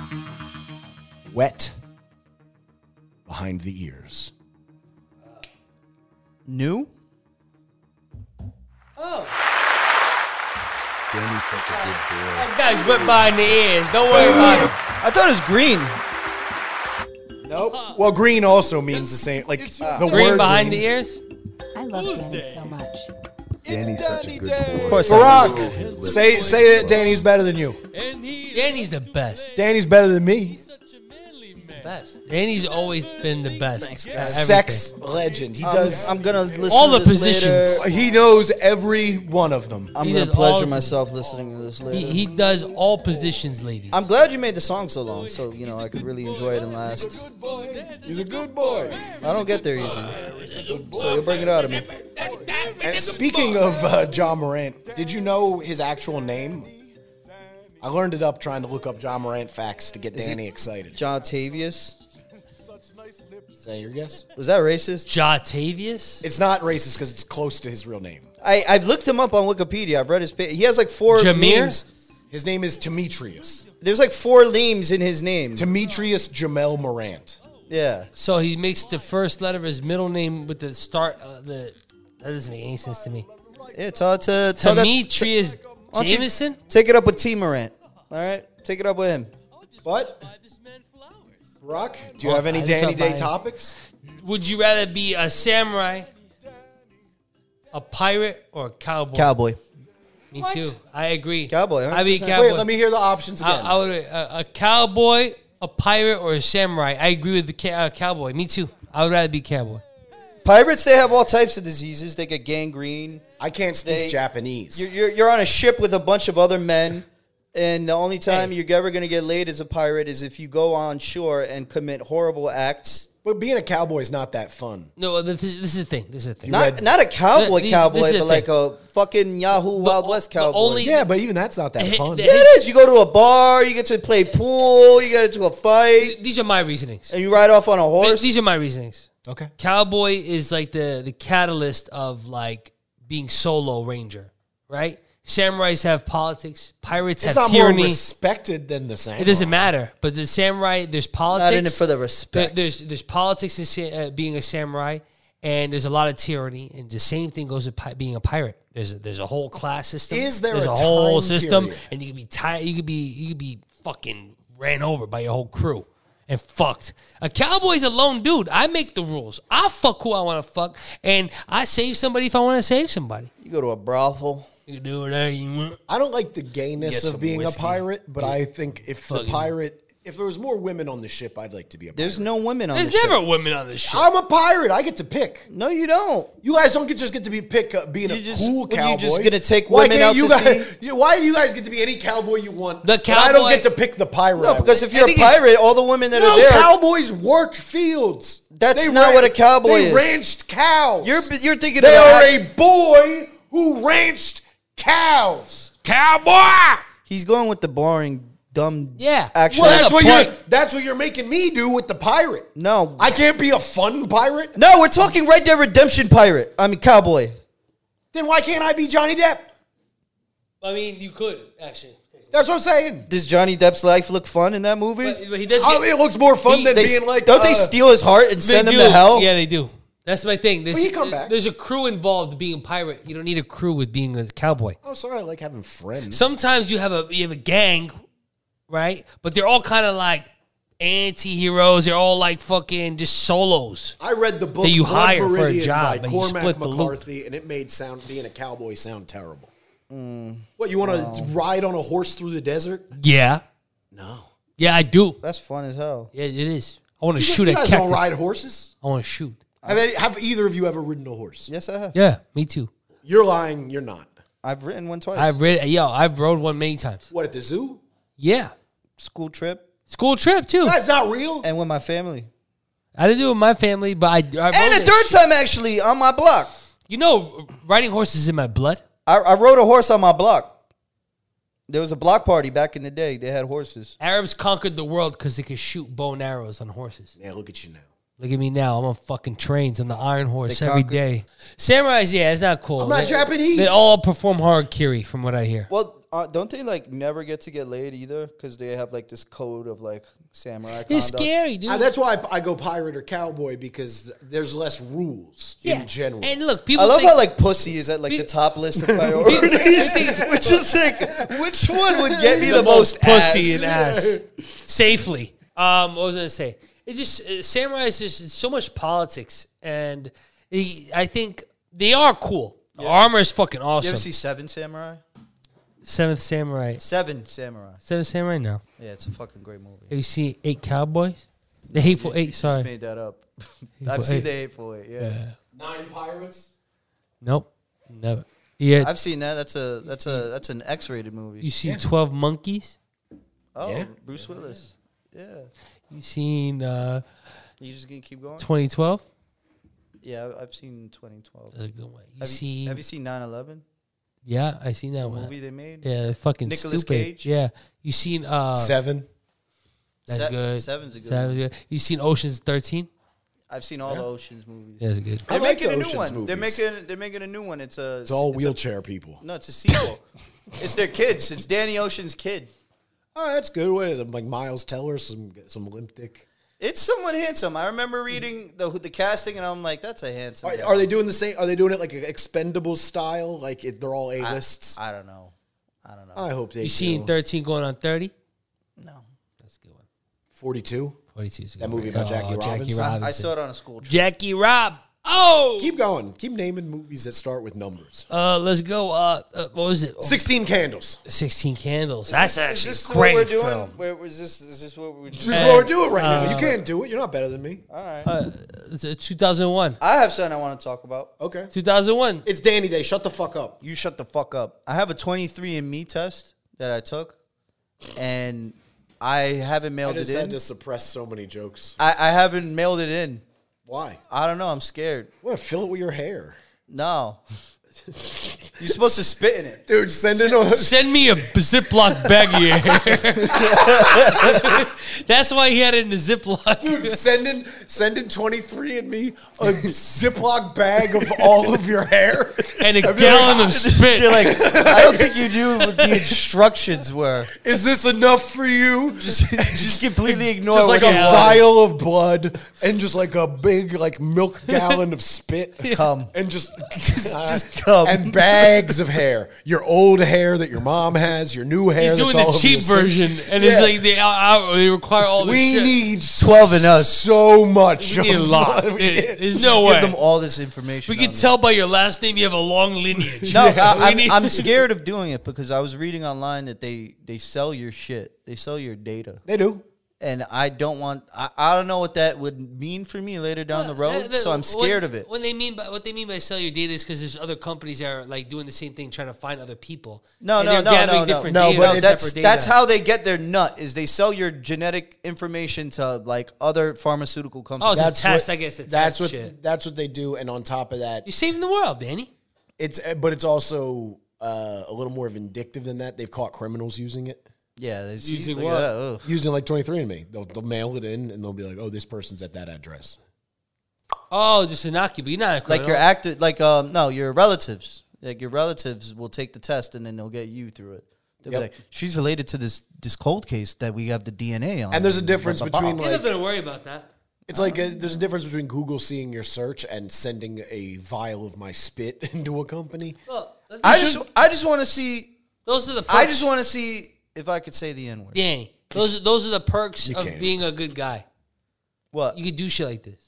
Speaker 5: break. Wet behind the ears.
Speaker 2: New?
Speaker 8: Danny's such a good boy.
Speaker 4: That guy's wet behind the ears. Don't worry about it.
Speaker 2: I thought it was green.
Speaker 5: Nope. Well, green also means the same. Like the
Speaker 4: Green
Speaker 5: word
Speaker 4: behind
Speaker 5: green.
Speaker 4: the ears.
Speaker 6: I love Danny so much.
Speaker 8: Danny's such a good boy. Of
Speaker 2: course I
Speaker 5: Barack, say say that Danny's better than you.
Speaker 4: Danny's the best.
Speaker 5: Danny's better than me.
Speaker 4: Best. Danny's always been the best. at everything.
Speaker 5: Sex legend. He does.
Speaker 2: Um, I'm gonna listen
Speaker 4: All
Speaker 2: to
Speaker 4: the
Speaker 2: this
Speaker 4: positions.
Speaker 2: later.
Speaker 5: he knows every one of them.
Speaker 2: I'm
Speaker 4: He
Speaker 2: gonna
Speaker 4: does all
Speaker 2: pleasure
Speaker 4: the-
Speaker 2: myself listening to this later.
Speaker 4: He, he does all positions, ladies.
Speaker 2: I'm glad you made the song so long, so you know I could really enjoy it and last.
Speaker 5: He's a good boy.
Speaker 2: I don't get there easy, so you'll bring it out of me.
Speaker 5: And speaking of uh, John Morant, did you know his actual name? I learned it up trying to look up John Morant facts to get
Speaker 2: Is he-
Speaker 5: Danny excited.
Speaker 2: John Tavius.
Speaker 5: Is that your guess?
Speaker 2: Was that racist?
Speaker 4: Jatavius?
Speaker 5: It's not racist because it's close to his real name.
Speaker 2: I, I've looked him up on Wikipedia. I've read his page. He has like four
Speaker 4: Jameer?
Speaker 2: memes.
Speaker 5: His name is Demetrius.
Speaker 2: There's like four leames in his name.
Speaker 5: Demetrius Jamel Morant.
Speaker 2: yeah.
Speaker 4: So he makes the first letter of his middle name with the start. Uh, the that doesn't make any sense to me.
Speaker 2: Yeah, tell, to, tell that-
Speaker 4: Demetrius
Speaker 2: Why don't you-
Speaker 4: Jameson.
Speaker 2: Take it up with T Morant. All right? Take it up with him.
Speaker 5: But Brock, do you
Speaker 4: Oh,
Speaker 5: have any
Speaker 4: I just
Speaker 5: Danny
Speaker 4: thought
Speaker 5: Day
Speaker 4: my-
Speaker 5: topics?
Speaker 4: Would you rather be a samurai, a pirate, or a cowboy?
Speaker 2: Cowboy.
Speaker 4: Me too. I agree.
Speaker 2: Cowboy,
Speaker 4: I'd be a
Speaker 2: 100%.
Speaker 4: cowboy.
Speaker 5: Wait, let me hear the options
Speaker 4: I,
Speaker 5: again.
Speaker 4: I would uh, a cowboy, a pirate, or a samurai. I agree with the ca- uh, cowboy. Me too. I would rather be cowboy.
Speaker 2: Pirates, they have all types of diseases. They get gangrene.
Speaker 5: I can't speak
Speaker 2: They-
Speaker 5: Japanese.
Speaker 2: You're, you're, you're on a ship with a bunch of other men, and the only time
Speaker 4: Hey.
Speaker 2: you're ever going to get laid as a pirate is if you go on shore and commit horrible acts.
Speaker 5: but being a cowboy is not that fun.
Speaker 4: No, this, this is the thing. This is the thing.
Speaker 2: Not
Speaker 5: read-
Speaker 2: not a cowboy
Speaker 4: Th- these-
Speaker 2: cowboy,
Speaker 4: this is the
Speaker 2: but like
Speaker 4: thing.
Speaker 2: a fucking Yahoo Wild
Speaker 4: o-
Speaker 2: West
Speaker 4: the
Speaker 2: cowboy.
Speaker 4: only-
Speaker 2: yeah.
Speaker 5: Yeah, but even that's not
Speaker 4: [laughs]
Speaker 5: that
Speaker 4: Hey,
Speaker 5: fun.
Speaker 4: the-
Speaker 2: Yeah, it is. You go to a bar, you get to play pool, you get into a fight,
Speaker 4: These are my reasonings.
Speaker 2: and you ride off on a
Speaker 4: Th-
Speaker 2: horse.
Speaker 4: These are my reasonings.
Speaker 5: Okay.
Speaker 4: Cowboy is like the the catalyst of like being solo ranger, right? Samurais have politics. Pirates
Speaker 5: It's
Speaker 4: have
Speaker 5: not more
Speaker 4: tyranny.
Speaker 5: respected than the same.
Speaker 4: it doesn't matter. But the samurai, there's politics.
Speaker 2: not in it for the
Speaker 4: There-
Speaker 2: respect.
Speaker 4: there's there's politics in sa- uh, being a samurai, and there's a lot of tyranny, and the same thing goes with pi- being a pirate. There's a, there's a whole class system.
Speaker 5: Is there
Speaker 4: there's
Speaker 5: a
Speaker 4: whole
Speaker 5: time
Speaker 4: system,
Speaker 5: period?
Speaker 4: and you could be tired. You could be you could be fucking ran over by your whole crew and fucked. A cowboy's a lone dude. I make the rules. I fuck who I want to fuck, and I save somebody if I want to save somebody.
Speaker 2: you go to a brothel.
Speaker 4: You can do whatever you want.
Speaker 5: I don't like the
Speaker 2: Get
Speaker 5: gayness
Speaker 2: some
Speaker 5: of being
Speaker 2: whiskey.
Speaker 5: a pirate, but I think if the
Speaker 4: Fucking-
Speaker 5: pirate, if there was more women on the ship, I'd like to be a pirate.
Speaker 2: There's no women on
Speaker 4: There's
Speaker 2: the ship.
Speaker 4: never women on this ship.
Speaker 5: I'm a pirate. I get to pick.
Speaker 2: No, you don't.
Speaker 5: You guys don't get, just get to be pick uh, being a
Speaker 2: You just-
Speaker 5: cool
Speaker 2: what, you
Speaker 5: cowboy.
Speaker 2: just gonna take
Speaker 5: why
Speaker 2: women
Speaker 5: can't
Speaker 2: out
Speaker 5: you
Speaker 2: to
Speaker 5: guys,
Speaker 2: sea?
Speaker 5: [laughs] you- Why do you guys get to be any cowboy you want?
Speaker 4: The
Speaker 5: but I don't
Speaker 4: cowboy-
Speaker 5: get to pick the pirate.
Speaker 2: No,
Speaker 5: I
Speaker 2: because if
Speaker 5: want?
Speaker 2: you're a
Speaker 4: think it's-
Speaker 2: pirate, all the women that
Speaker 5: no
Speaker 2: are there,
Speaker 5: cowboys work fields.
Speaker 2: That's not what a cowboy
Speaker 5: they
Speaker 2: is.
Speaker 5: ranched cows.
Speaker 2: you're you're thinking
Speaker 5: they
Speaker 2: of
Speaker 5: are
Speaker 2: a-
Speaker 5: a boy who ranched cows.
Speaker 4: cowboy.
Speaker 2: He's going with the boring, dumb.
Speaker 4: Yeah.
Speaker 2: Actually,
Speaker 5: Well,
Speaker 4: Shut
Speaker 5: that's
Speaker 4: up,
Speaker 5: what
Speaker 4: pirate.
Speaker 5: you're. That's what you're making me do with the pirate.
Speaker 2: no,
Speaker 5: I can't be a fun pirate.
Speaker 2: no. We're talking Red Dead Redemption pirate. I mean cowboy.
Speaker 5: Then why can't I be Johnny Depp?
Speaker 4: I mean, you could actually.
Speaker 5: That's what I'm saying.
Speaker 2: Does Johnny Depp's life look fun in that movie?
Speaker 4: But, but he does.
Speaker 5: Oh,
Speaker 4: get-
Speaker 5: it looks more fun
Speaker 4: He-
Speaker 5: than
Speaker 2: they,
Speaker 5: being like.
Speaker 2: don't they
Speaker 5: uh,
Speaker 2: steal his heart and
Speaker 4: They
Speaker 2: send him
Speaker 4: do.
Speaker 2: to hell?
Speaker 4: Yeah, they do. That's my thing. There's,
Speaker 5: Well, you come back.
Speaker 4: there's a crew involved being a pirate. You don't need a crew with being a cowboy.
Speaker 5: Oh, sorry. I like having friends.
Speaker 4: Sometimes you have a you have a gang, right? But they're all kind of like anti-heroes. They're all like fucking just solos.
Speaker 5: I read the book
Speaker 4: That you
Speaker 5: Blood
Speaker 4: hire for a
Speaker 5: Meridian
Speaker 4: job,
Speaker 5: by
Speaker 4: but you
Speaker 5: Cormac
Speaker 4: split the loop.
Speaker 5: McCarthy, and it made sound being a cowboy sound terrible.
Speaker 4: Mm,
Speaker 5: what you want to ride on a horse through the desert?
Speaker 4: Yeah.
Speaker 5: No,
Speaker 4: Yeah, I do.
Speaker 2: That's fun as hell.
Speaker 4: Yeah, it is. I want to
Speaker 5: you,
Speaker 4: shoot
Speaker 5: you
Speaker 4: at
Speaker 5: guys
Speaker 4: cactus.
Speaker 5: don't ride horses.
Speaker 4: I want to shoot.
Speaker 5: Have, any, have either of you ever ridden a horse?
Speaker 2: Yes, I have.
Speaker 4: Yeah, me too.
Speaker 5: You're lying. You're not.
Speaker 2: I've written one twice.
Speaker 4: I've read yo, I've rode one many times.
Speaker 5: What at the zoo?
Speaker 4: Yeah.
Speaker 2: School trip
Speaker 4: School trip too.
Speaker 5: That's not real.
Speaker 2: and with my family.
Speaker 4: I didn't do it with my family, but I, I rode
Speaker 2: And a
Speaker 4: it.
Speaker 2: third time actually on my block.
Speaker 4: You know, riding horses is in my blood.
Speaker 2: I, I rode a horse on my block. There was a block party back in the day. They had horses.
Speaker 4: Arabs conquered the world because they could shoot bow and arrows on horses.
Speaker 5: Yeah, look at you now.
Speaker 4: Look at me now. I'm on fucking trains on the iron horse
Speaker 2: They
Speaker 4: every
Speaker 2: conquered-
Speaker 4: day. Samurais, yeah, it's not cool.
Speaker 5: I'm not
Speaker 4: Oh, They-
Speaker 5: Japanese.
Speaker 4: They all perform harakiri, from what I hear.
Speaker 2: Well, uh, don't they like never get to get laid either? Because they have like this code of like samurai.
Speaker 4: It's
Speaker 2: conduct.
Speaker 4: scary, dude.
Speaker 5: Uh, that's why I, I go pirate or cowboy because there's less rules
Speaker 4: yeah.
Speaker 5: in general.
Speaker 4: And look, people.
Speaker 2: I love
Speaker 4: think, [laughs]
Speaker 2: how like pussy is at like the top list of priorities, [laughs] which is like which one would
Speaker 4: [laughs]
Speaker 2: get me the, most,
Speaker 4: pussy
Speaker 2: ass?
Speaker 4: and ass safely. Um, what was I gonna say? It just uh, samurai is just it's so much politics, and he, I think they are cool. The Armor is fucking
Speaker 2: You
Speaker 4: awesome.
Speaker 2: ever see Seven Samurai?
Speaker 4: Seventh Samurai.
Speaker 2: Seven Samurai.
Speaker 4: Seventh Samurai. No.
Speaker 2: Yeah, it's a fucking great movie.
Speaker 4: Have you seen Eight Cowboys? The Hateful Eight.
Speaker 2: Just
Speaker 4: Sorry.
Speaker 2: made that up.
Speaker 4: Hateful
Speaker 2: [laughs] I've seen
Speaker 4: Eight.
Speaker 2: the Hateful Eight. Yeah.
Speaker 5: Nine pirates.
Speaker 4: Nope. Never. Yeah.
Speaker 2: I've seen that. That's a that's a that's an X-rated movie.
Speaker 4: You seen Twelve Monkeys?
Speaker 2: oh,
Speaker 5: Yeah.
Speaker 2: Bruce Willis. Yeah.
Speaker 4: You seen uh,
Speaker 2: You just gonna keep going?
Speaker 4: Twenty Twelve?
Speaker 2: Yeah, I- I've seen 2012.
Speaker 4: That's a good one. You
Speaker 2: Have you,
Speaker 4: seen
Speaker 2: have you seen 9/11?
Speaker 4: Yeah, I seen that one.
Speaker 2: movie they made.
Speaker 4: Yeah, they're fucking
Speaker 2: Nicolas
Speaker 4: stupid.
Speaker 2: Cage?
Speaker 4: Yeah, you seen uh,
Speaker 5: Seven.
Speaker 4: that's
Speaker 2: Se-
Speaker 4: good.
Speaker 2: Seven's a good
Speaker 4: Seven's good. You seen Ocean's Thirteen?
Speaker 2: I've seen all the Ocean's movies.
Speaker 4: That's good.
Speaker 5: I
Speaker 2: They're
Speaker 5: like
Speaker 2: making
Speaker 5: the
Speaker 2: a new
Speaker 5: Ocean's
Speaker 2: one. They're
Speaker 5: movies.
Speaker 2: making they're making a new one. It's a
Speaker 5: It's all
Speaker 2: it's a-
Speaker 5: wheelchair people.
Speaker 2: no, it's a sequel. it's their kids. It's Danny Ocean's kid.
Speaker 5: Oh, that's good. What is it? Like Miles Teller, some some limp dick.
Speaker 2: It's someone handsome. I remember reading the the casting, and I'm like, that's a handsome.
Speaker 5: Are,
Speaker 2: guy.
Speaker 5: are they doing the same? Are they doing it like expendable style? Like it, they're all A lists. I,
Speaker 2: I don't know. I don't know.
Speaker 5: hope they.
Speaker 4: You seen Thirteen going on Thirty?
Speaker 2: no,
Speaker 4: That's a good one.
Speaker 5: forty two?
Speaker 4: Forty two. is a
Speaker 5: That
Speaker 4: good
Speaker 5: movie
Speaker 4: one. Oh,
Speaker 5: about Jackie
Speaker 4: Jackie
Speaker 5: Robinson?
Speaker 4: Robinson.
Speaker 2: I saw it on a school trip.
Speaker 4: Jackie Rob. Oh,
Speaker 5: Keep going. Keep naming movies that start with numbers.
Speaker 4: uh, let's go. Uh, uh, what was it?
Speaker 5: Sixteen Candles.
Speaker 4: Sixteen Candles. That's
Speaker 2: Is
Speaker 4: actually
Speaker 2: this
Speaker 4: a
Speaker 2: what
Speaker 4: great
Speaker 2: we're doing?
Speaker 4: film.
Speaker 2: Where was this? Is this what [laughs] we're doing?
Speaker 5: This
Speaker 4: Uh,
Speaker 5: is Uh, what we're doing right now. You can't do it. You're not better than me.
Speaker 4: It's, uh, 2001.
Speaker 2: I have something I want to talk about.
Speaker 5: Okay.
Speaker 4: 2001.
Speaker 5: It's Danny Day. Shut the fuck up.
Speaker 2: You shut the fuck up. I have a 23andMe test that I took, and I haven't
Speaker 5: I
Speaker 2: mailed it
Speaker 5: just had
Speaker 2: in.
Speaker 5: to suppress so many jokes.
Speaker 2: I, I haven't mailed it in.
Speaker 5: Why?
Speaker 2: I don't know. I'm scared.
Speaker 5: Well, fill it with your hair,
Speaker 2: No. [laughs] You're supposed to spit in it.
Speaker 5: dude. Send it on.
Speaker 4: Send me a b- Ziploc bag here. [laughs] That's why he had it in a Ziploc.
Speaker 5: Dude, [laughs] sending sending 23 and me a Ziploc bag of all of your hair.
Speaker 4: and a
Speaker 5: I'd be
Speaker 2: [laughs]
Speaker 4: gallon
Speaker 5: like,
Speaker 4: of spit.
Speaker 2: You're like, I don't think you knew what the instructions were. [laughs]
Speaker 5: Is this enough for you? Just,
Speaker 2: Just completely ignore
Speaker 5: just like
Speaker 2: what
Speaker 5: a
Speaker 2: you wanted.
Speaker 5: vial of blood and just like a big
Speaker 4: [laughs]
Speaker 5: like milk gallon of spit.
Speaker 2: Come.
Speaker 5: And just just,
Speaker 4: Uh,
Speaker 2: cum.
Speaker 5: and bags of hair. Your old hair that your mom has, your new hair.
Speaker 4: He's
Speaker 5: that's
Speaker 4: doing
Speaker 5: all
Speaker 4: the
Speaker 5: over
Speaker 4: cheap
Speaker 5: your sink.
Speaker 4: version, and it's
Speaker 5: Yeah.
Speaker 4: like they, out, they require all this
Speaker 5: We
Speaker 4: shit.
Speaker 5: need
Speaker 2: 12 and us.
Speaker 5: so much.
Speaker 4: We need a
Speaker 5: of
Speaker 4: lot.
Speaker 5: what we
Speaker 4: There-
Speaker 5: need.
Speaker 4: There's
Speaker 2: Just
Speaker 4: no way.
Speaker 2: Give them all this information.
Speaker 4: we can
Speaker 2: on
Speaker 4: tell by your last name you have a long lineage.
Speaker 2: them. No,
Speaker 4: [laughs] We
Speaker 5: [laughs]
Speaker 2: I, I'm,
Speaker 4: need-
Speaker 2: I'm scared of doing it because I was reading online that they, they sell your shit. They sell your data.
Speaker 5: They do.
Speaker 2: And I don't want, I, I don't know what that would mean for me later down the road.
Speaker 4: Uh,
Speaker 2: so I'm
Speaker 4: what-
Speaker 2: scared of it.
Speaker 4: When they mean by what they mean by sell your data is because there's other companies that are like doing the same thing, trying to find other people.
Speaker 2: No,
Speaker 4: And
Speaker 2: no,
Speaker 4: they're
Speaker 2: no,
Speaker 4: gathering
Speaker 2: no, no.
Speaker 4: different
Speaker 5: No,
Speaker 4: data,
Speaker 5: but
Speaker 2: No,
Speaker 4: separate
Speaker 2: that's
Speaker 4: data.
Speaker 2: that's how they get their nut is they sell your genetic information to like other pharmaceutical
Speaker 4: Oh,
Speaker 2: companies.
Speaker 4: it's a test, I guess. It's
Speaker 5: That's what
Speaker 4: shit.
Speaker 5: that's what they do. And on top of that,
Speaker 4: You're saving the world, Danny.
Speaker 5: It's uh, but it's also uh, a little more vindictive than that. They've caught criminals using it,
Speaker 2: yeah, they see- uh, oh.
Speaker 4: Using
Speaker 2: look at
Speaker 4: what?
Speaker 2: that, ugh.
Speaker 5: using like twenty three and me. They'll, they'll mail it in and they'll be like, "Oh, this person's at that address."
Speaker 4: Oh, just an occup- You're not a
Speaker 2: Like
Speaker 4: criminal.
Speaker 2: your active, like um, no, your relatives, like your relatives will take the test and then they'll get you through it. They'll
Speaker 5: Yep.
Speaker 2: be like, she's related to this this cold case that we have the DNA on.
Speaker 5: And there's a difference
Speaker 2: Blah, blah, blah.
Speaker 5: between
Speaker 4: You're
Speaker 5: like
Speaker 4: not going to worry about that.
Speaker 5: it's like a, there's a difference between Google seeing your search and sending a vial of my spit [laughs] into a company.
Speaker 4: Look,
Speaker 2: I just I just want to see.
Speaker 4: those are the.
Speaker 2: I
Speaker 4: perks.
Speaker 2: just want to see if I could say the n word.
Speaker 4: Danny. Those are those are the perks
Speaker 5: You
Speaker 4: of
Speaker 5: can't.
Speaker 4: being a good guy.
Speaker 2: What?
Speaker 4: You could do shit like this.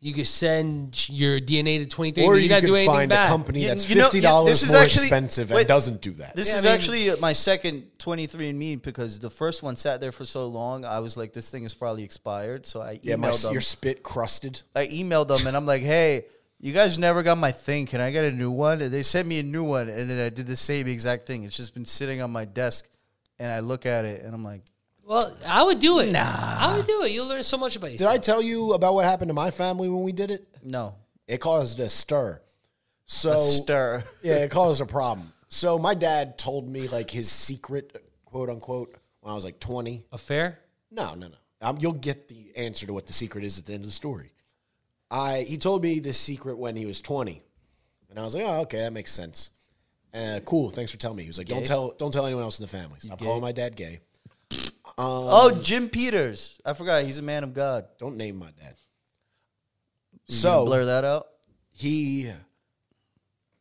Speaker 4: You could send sh- your DNA to 23.
Speaker 5: Or
Speaker 4: you're
Speaker 5: you
Speaker 4: not
Speaker 5: can
Speaker 4: doing anything
Speaker 5: find
Speaker 4: bad.
Speaker 5: a company
Speaker 2: You-
Speaker 5: that's
Speaker 2: you know,
Speaker 5: fifty
Speaker 2: yeah,
Speaker 5: dollars
Speaker 2: this is
Speaker 5: more
Speaker 2: actually-
Speaker 5: expensive
Speaker 2: wait.
Speaker 5: and doesn't do that.
Speaker 2: This
Speaker 4: Yeah, I
Speaker 2: is
Speaker 4: mean-
Speaker 2: actually my second 23andMe because the first one sat there for so long. I was like, this thing is probably expired. So I emailed
Speaker 5: yeah, my, s-
Speaker 2: them.
Speaker 5: your spit crusted.
Speaker 2: I emailed them and I'm like, hey, you guys never got my thing. Can I get a new one? And they sent me a new one. And then I did the same exact thing. It's just been sitting on my desk. And I look at it and I'm like,
Speaker 4: Well, I would do it. Nah. I would do it. You'll learn so much about
Speaker 5: Did
Speaker 4: yourself.
Speaker 5: I tell you about what happened to my family when we did it?
Speaker 2: no,
Speaker 5: It caused a stir. So
Speaker 4: Oh.
Speaker 2: stir.
Speaker 5: yeah, it caused a problem. So my dad told me like his secret, quote unquote, when I was like twenty.
Speaker 4: Affair?
Speaker 5: No, no, no. Um, you'll get the answer to what the secret is at the end of the story. I he told me this secret when he was twenty, and I was like, oh, okay, that makes sense. Uh, cool, thanks for telling me. He was like, don't tell, don't tell anyone else in the family. Stop calling my dad gay.
Speaker 2: oh, Jim Peters. I forgot. He's a man of God.
Speaker 5: Don't name my dad.
Speaker 2: You
Speaker 5: So
Speaker 2: gonna blur that out.
Speaker 5: he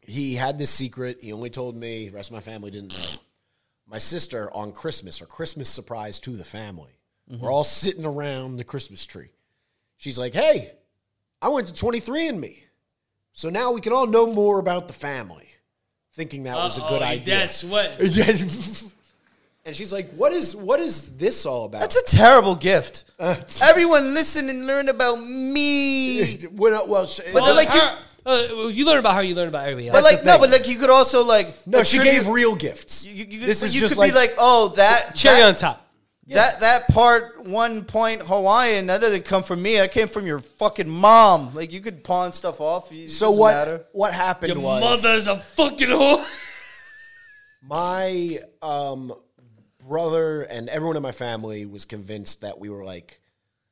Speaker 5: he had this secret. He only told me. The rest of my family didn't know. My sister on Christmas, her Christmas surprise to the family. We're all sitting around the Christmas tree. She's like, "Hey, I went to 23andMe, so now we can all know more about the family." Thinking that was a good idea. [laughs]
Speaker 4: That's what.
Speaker 5: and she's like, "What is what is this all about?"
Speaker 2: That's a terrible
Speaker 5: [laughs]
Speaker 2: gift. Everyone listen and learn about
Speaker 5: [laughs]
Speaker 2: me.
Speaker 5: When I- well, she-
Speaker 2: But they're
Speaker 4: Well,
Speaker 2: like, you-
Speaker 4: her- uh, well, you learn about her, you learn about everybody else.
Speaker 2: But like
Speaker 5: the
Speaker 2: no,
Speaker 5: thing.
Speaker 2: but like you could also like
Speaker 5: no, she
Speaker 2: attribute-
Speaker 5: gave real gifts.
Speaker 2: You, you,
Speaker 5: This
Speaker 2: but
Speaker 5: is
Speaker 2: you
Speaker 5: just
Speaker 2: could be
Speaker 5: like-
Speaker 2: like, oh, that
Speaker 4: Cherry
Speaker 2: that,
Speaker 4: on top.
Speaker 2: That that part one point Hawaiian that doesn't come from me. That came from your fucking mom. Like you could pawn stuff off. It
Speaker 5: So
Speaker 2: doesn't
Speaker 5: what?
Speaker 2: matter.
Speaker 5: What happened
Speaker 4: Your
Speaker 5: was
Speaker 4: mother's a fucking whore.
Speaker 5: my um, brother and everyone in my family was convinced that we were like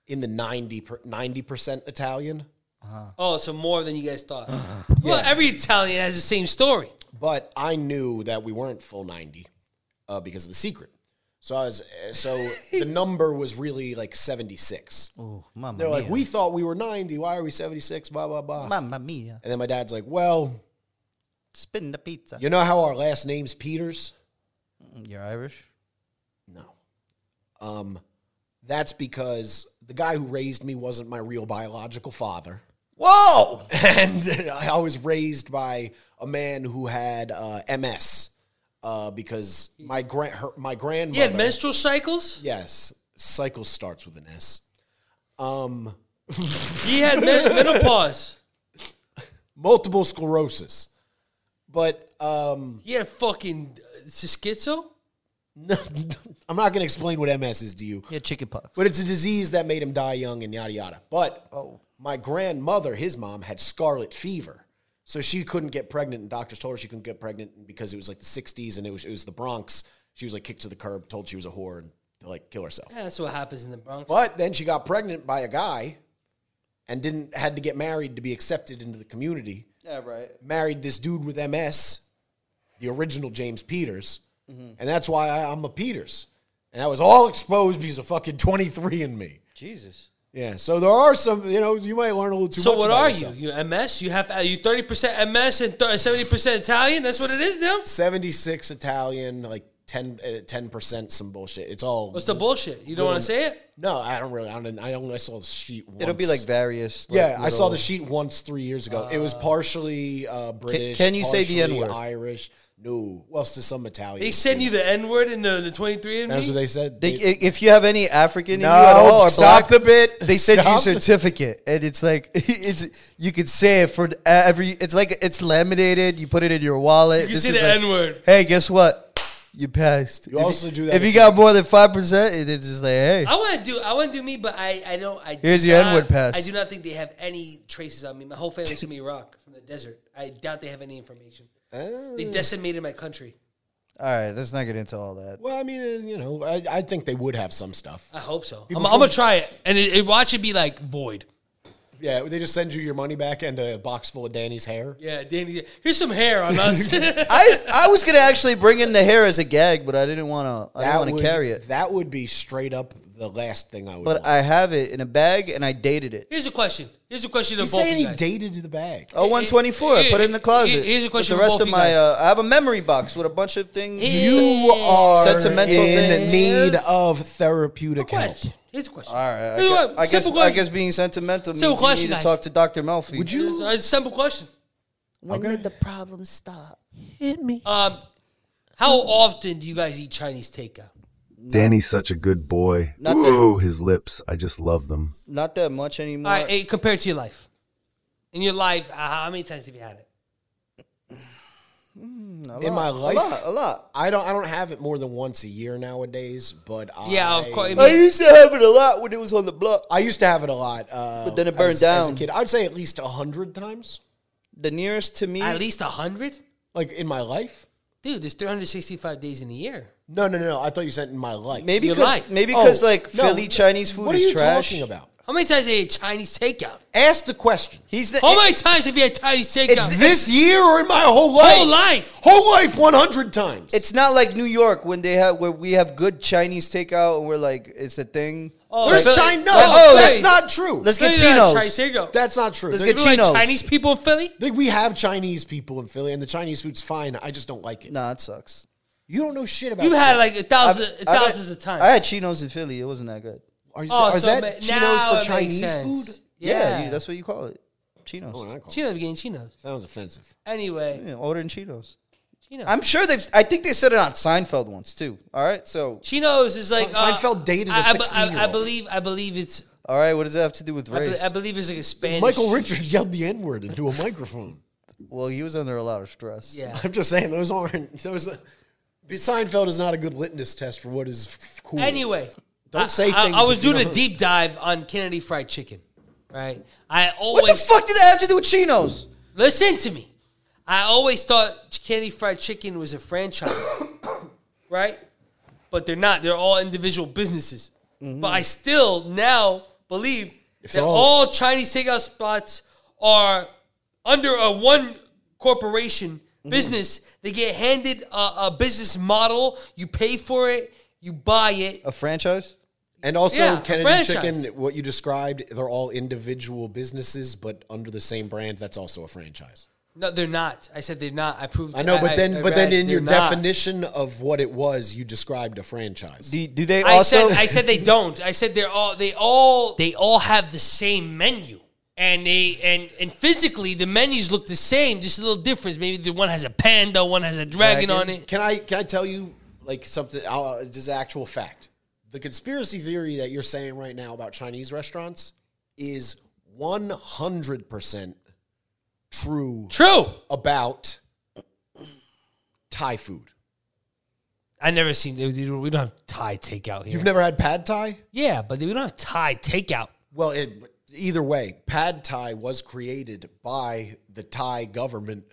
Speaker 5: in the 90 percent Italian.
Speaker 4: [laughs] Oh, so more than you guys thought.
Speaker 2: Uh-huh.
Speaker 4: Well, every Italian has the same story.
Speaker 5: but I knew that we weren't full 90 uh, because of the secret. So I was uh, so
Speaker 2: [laughs]
Speaker 5: the number was really like 76.
Speaker 2: Oh, mamma
Speaker 5: They're like,
Speaker 2: mia.
Speaker 5: we thought we were 90. Why are we 76? Blah blah blah.
Speaker 2: Mamma mia.
Speaker 5: And then my dad's like, well,
Speaker 2: Spin the pizza. Mm,
Speaker 5: you know how our last name's Peters?
Speaker 2: You're Irish?
Speaker 5: No. Um, that's because the guy who raised me wasn't my real biological father.
Speaker 2: Whoa!
Speaker 5: [laughs] and I was raised by a man who had uh, MS uh, because my grand her, my grandmother
Speaker 4: You had menstrual cycles.
Speaker 5: Yes, cycle starts with an S. Um,
Speaker 4: You
Speaker 2: [laughs]
Speaker 4: had men- menopause.
Speaker 5: multiple sclerosis, but um, [laughs]
Speaker 4: You had fucking uh, schizo.
Speaker 5: I'm not going to explain what MS is to you.
Speaker 2: Yeah, chickenpox.
Speaker 5: But it's a disease that made him die young and yada yada. But my grandmother, his mom, had scarlet fever. So she couldn't get pregnant, and doctors told her she couldn't get pregnant and because it was like the 60s and it was, it was the Bronx. She was like kicked to the curb, told she was a whore, and to like kill herself.
Speaker 4: Yeah, that's what happens in the Bronx.
Speaker 5: But then she got pregnant by a guy and didn't had to get married to be accepted into the community.
Speaker 2: Yeah, right.
Speaker 5: married this dude with MS, the original James Peters, and that's why I, I'm a Peters. And I was all exposed because of fucking 23 in me.
Speaker 2: Jesus.
Speaker 5: Yeah, so there are some, you know, you might learn a little too
Speaker 4: So
Speaker 5: much.
Speaker 4: what
Speaker 5: about
Speaker 4: are
Speaker 5: yourself.
Speaker 4: you? You MS? You have are you thirty percent MS and seventy percent Italian? That's what it is now.
Speaker 5: 76 Italian, like 10 uh, 10% some bullshit. It's all
Speaker 4: What's the bullshit? You don't want to say it.
Speaker 5: No, I don't really. I don't. I only saw the sheet. Once.
Speaker 2: It'll be like various. like,
Speaker 5: yeah, I saw
Speaker 2: little-
Speaker 5: the sheet once three years ago. it was partially uh, British.
Speaker 2: can you say the
Speaker 5: partially
Speaker 2: N-word?
Speaker 5: Irish. No. Well, it's to some Italian.
Speaker 4: They send you the N word in the, the twenty three and
Speaker 5: That's what
Speaker 4: me.
Speaker 5: they said.
Speaker 2: They,
Speaker 5: They-
Speaker 2: if you have any African in
Speaker 5: No,
Speaker 2: you at all or black,
Speaker 5: stop the bit.
Speaker 2: They send you
Speaker 5: Stop.
Speaker 2: certificate, and it's like [laughs] it's you could say it for every. It's like it's laminated. You put it in your wallet.
Speaker 4: You can
Speaker 2: This
Speaker 4: say
Speaker 2: is
Speaker 4: the
Speaker 2: like,
Speaker 4: N-word.
Speaker 2: Hey, guess what? You passed.
Speaker 5: You
Speaker 2: If
Speaker 5: also do that
Speaker 2: if you
Speaker 5: if
Speaker 2: got more than five percent. It's just like [laughs] hey,
Speaker 4: I want to do. I want to do me, but I I don't. I do
Speaker 2: Here's your
Speaker 4: not-
Speaker 2: N-word pass.
Speaker 4: I do not think they have any traces on me. My whole family's from Iraq, from the desert. I doubt they have any information.
Speaker 5: uh,
Speaker 4: They
Speaker 2: Hmm.
Speaker 4: decimated my country.
Speaker 2: all right, let's not get into all that.
Speaker 5: Well, I mean, uh, you know, I, I think they would have some stuff.
Speaker 4: I hope so. I'm,
Speaker 5: People
Speaker 4: I'm gonna try it, and it, it watch it be like void.
Speaker 5: Yeah, they just send you your money back and a box full of Danny's hair.
Speaker 4: Yeah, Danny. Here's some hair on
Speaker 2: [laughs]
Speaker 4: us. [laughs]
Speaker 2: I I was gonna actually bring in the hair as a gag, but I didn't want to. I didn't want
Speaker 5: would-
Speaker 2: to carry it.
Speaker 5: That would be straight up the last thing I would.
Speaker 2: But
Speaker 5: But
Speaker 2: I have it in a bag, and I dated it.
Speaker 4: Here's a question. Here's a question to
Speaker 5: he's
Speaker 4: both of
Speaker 5: saying
Speaker 4: you
Speaker 5: he
Speaker 4: guys.
Speaker 5: dated to the bag.
Speaker 2: Oh, 124.
Speaker 4: Here-
Speaker 2: put it in the closet.
Speaker 4: here- here's a question
Speaker 2: With the rest
Speaker 4: for both
Speaker 2: of
Speaker 4: you
Speaker 2: my,
Speaker 4: guys.
Speaker 2: uh, I have a memory box with a bunch of things.
Speaker 4: Here's-
Speaker 5: You are
Speaker 2: Sentimental
Speaker 5: in
Speaker 2: things.
Speaker 5: need of therapeutic help.
Speaker 4: question. Here's a question.
Speaker 2: All right. I
Speaker 4: Here's
Speaker 2: guess,
Speaker 4: one.
Speaker 2: I, guess
Speaker 4: simple
Speaker 2: I
Speaker 4: question.
Speaker 2: guess being sentimental means
Speaker 4: Simple
Speaker 2: you
Speaker 4: question,
Speaker 2: need to
Speaker 4: guys.
Speaker 2: talk to Dr. Melfi.
Speaker 5: Would you-
Speaker 4: It's a simple question.
Speaker 9: When did the problem stop? Hit me.
Speaker 4: Um, how often do you guys eat Chinese takeout?
Speaker 8: Danny's such a good boy.
Speaker 2: Not that-
Speaker 8: Ooh, his lips. I just love them.
Speaker 2: Not that much anymore.
Speaker 4: All right, hey, compared to your life. In your life, uh, how many times have you had it?
Speaker 5: In my
Speaker 2: a
Speaker 5: life,
Speaker 2: lot, a lot.
Speaker 5: I don't. I don't have it more than once a year nowadays. But I,
Speaker 4: Yeah, of course.
Speaker 2: I used to have it a lot when it was on the block.
Speaker 5: I used to have it a lot. Uh,
Speaker 2: But then it
Speaker 5: as-
Speaker 2: burned
Speaker 5: As a
Speaker 2: down.
Speaker 5: kid, I'd say at least a hundred times,
Speaker 2: The nearest to me,
Speaker 4: At least a hundred,
Speaker 5: like in my life.
Speaker 4: dude. There's 365 days in a year.
Speaker 5: No, no, no. no. I thought you said in my life.
Speaker 2: maybe
Speaker 4: your
Speaker 2: because
Speaker 4: life.
Speaker 2: maybe
Speaker 5: Oh,
Speaker 2: because like
Speaker 5: no,
Speaker 2: Philly Chinese food
Speaker 5: What
Speaker 2: is
Speaker 5: are you
Speaker 2: trash.
Speaker 5: talking about?
Speaker 4: How many times have you ate Chinese takeout?
Speaker 5: Ask the question.
Speaker 2: He's the
Speaker 4: How many times have you had Chinese
Speaker 2: It's
Speaker 4: takeout?
Speaker 2: the-
Speaker 5: This year or in my whole life?
Speaker 4: Whole life.
Speaker 5: Whole life 100 times.
Speaker 2: It's not like New York when they have where we have good Chinese takeout and we're like it's a thing.
Speaker 4: Oh,
Speaker 5: There's
Speaker 4: like-
Speaker 5: China. No,
Speaker 4: like,
Speaker 2: oh,
Speaker 5: that's
Speaker 2: hey.
Speaker 5: not true.
Speaker 2: Let's get
Speaker 4: Philly had
Speaker 2: chinos.
Speaker 4: Chinese takeout.
Speaker 5: that's not true.
Speaker 2: Let's
Speaker 5: They-
Speaker 2: get
Speaker 4: Remember, like,
Speaker 2: chinos.
Speaker 4: Chinese people in Philly.
Speaker 5: they- we have Chinese people in Philly, and the Chinese food's fine. I just don't like it.
Speaker 2: Nah, it sucks.
Speaker 5: You don't know shit about
Speaker 4: You
Speaker 5: it.
Speaker 4: had like a
Speaker 2: I've-
Speaker 4: 1000s
Speaker 2: I've had-
Speaker 4: thousands of times.
Speaker 2: I had chinos in Philly. It wasn't that good.
Speaker 5: Are, you,
Speaker 4: Oh,
Speaker 5: are
Speaker 4: so
Speaker 5: that
Speaker 4: ma-
Speaker 5: Chinos
Speaker 4: now it
Speaker 5: for
Speaker 4: makes
Speaker 5: Chinese
Speaker 4: sense.
Speaker 5: food?
Speaker 2: Yeah,
Speaker 4: Yeah,
Speaker 2: you- that's what you call it. Chinos.
Speaker 5: Oh, I call it.
Speaker 4: Chinos getting chinos.
Speaker 5: Sounds offensive.
Speaker 4: Anyway,
Speaker 2: Yeah, ordering Cheetos.
Speaker 4: chinos.
Speaker 2: I'm sure they've. I think they said it on Seinfeld once too. All right, so
Speaker 4: chinos is like uh,
Speaker 5: Se- Seinfeld dated a
Speaker 4: I- I be- I-
Speaker 5: 16-year-old.
Speaker 4: I believe. I believe it's.
Speaker 2: all right. What does that have to do with
Speaker 4: I, be-
Speaker 2: race?
Speaker 4: I believe it's like a Spanish.
Speaker 5: Michael Richard yelled the N word into a microphone. [laughs]
Speaker 2: well, he was under a lot of stress.
Speaker 4: Yeah.
Speaker 5: I'm just saying, those aren't. Those, uh, Seinfeld is not a good litmus test for what is f- cool.
Speaker 4: Anyway,
Speaker 5: Don't
Speaker 4: I-
Speaker 5: say
Speaker 4: I,
Speaker 5: things
Speaker 4: I, was
Speaker 5: if you
Speaker 4: doing a
Speaker 5: don't-
Speaker 4: deep dive on Kennedy Fried Chicken. Right. I
Speaker 2: What
Speaker 4: always
Speaker 2: the fuck did that have to do with chinos?
Speaker 4: listen to me. I always thought Kenny Fried Chicken was a franchise, [coughs] right? But they're not. They're all individual businesses.
Speaker 5: Mm-hmm.
Speaker 4: But I still now believe that
Speaker 5: all-
Speaker 4: all Chinese takeout spots are under a one corporation
Speaker 5: Mm-hmm.
Speaker 4: business. They get handed a, a business model. You pay for it. You buy it.
Speaker 2: A franchise?
Speaker 5: And also
Speaker 4: Yeah, a
Speaker 5: Kennedy
Speaker 4: franchise.
Speaker 5: Chicken, what you described, they're all individual businesses, but under the same brand. That's also a franchise.
Speaker 4: No, they're not. I said they're not. I proved.
Speaker 5: I know, but then,
Speaker 4: I
Speaker 5: but then,
Speaker 4: read
Speaker 5: in your
Speaker 4: they're not.
Speaker 5: definition of what it was, you described a franchise.
Speaker 2: Do, do they
Speaker 4: I
Speaker 2: also?
Speaker 4: said I said they don't. I said they're all they all they all have the same menu. And they and and physically the menus look the same, just a little difference. Maybe the one has a panda, one has a dragon, on it.
Speaker 5: Can I can I tell you like something? Uh, just actual fact. The conspiracy theory that you're saying right now about Chinese restaurants is 100 percent true
Speaker 4: True.
Speaker 5: about Thai food.
Speaker 4: I never seen they- they don't- we don't have Thai takeout here.
Speaker 5: You've never had pad Thai?
Speaker 4: yeah, but we don't have Thai takeout.
Speaker 5: Well, it, either way, pad Thai was created by the Thai government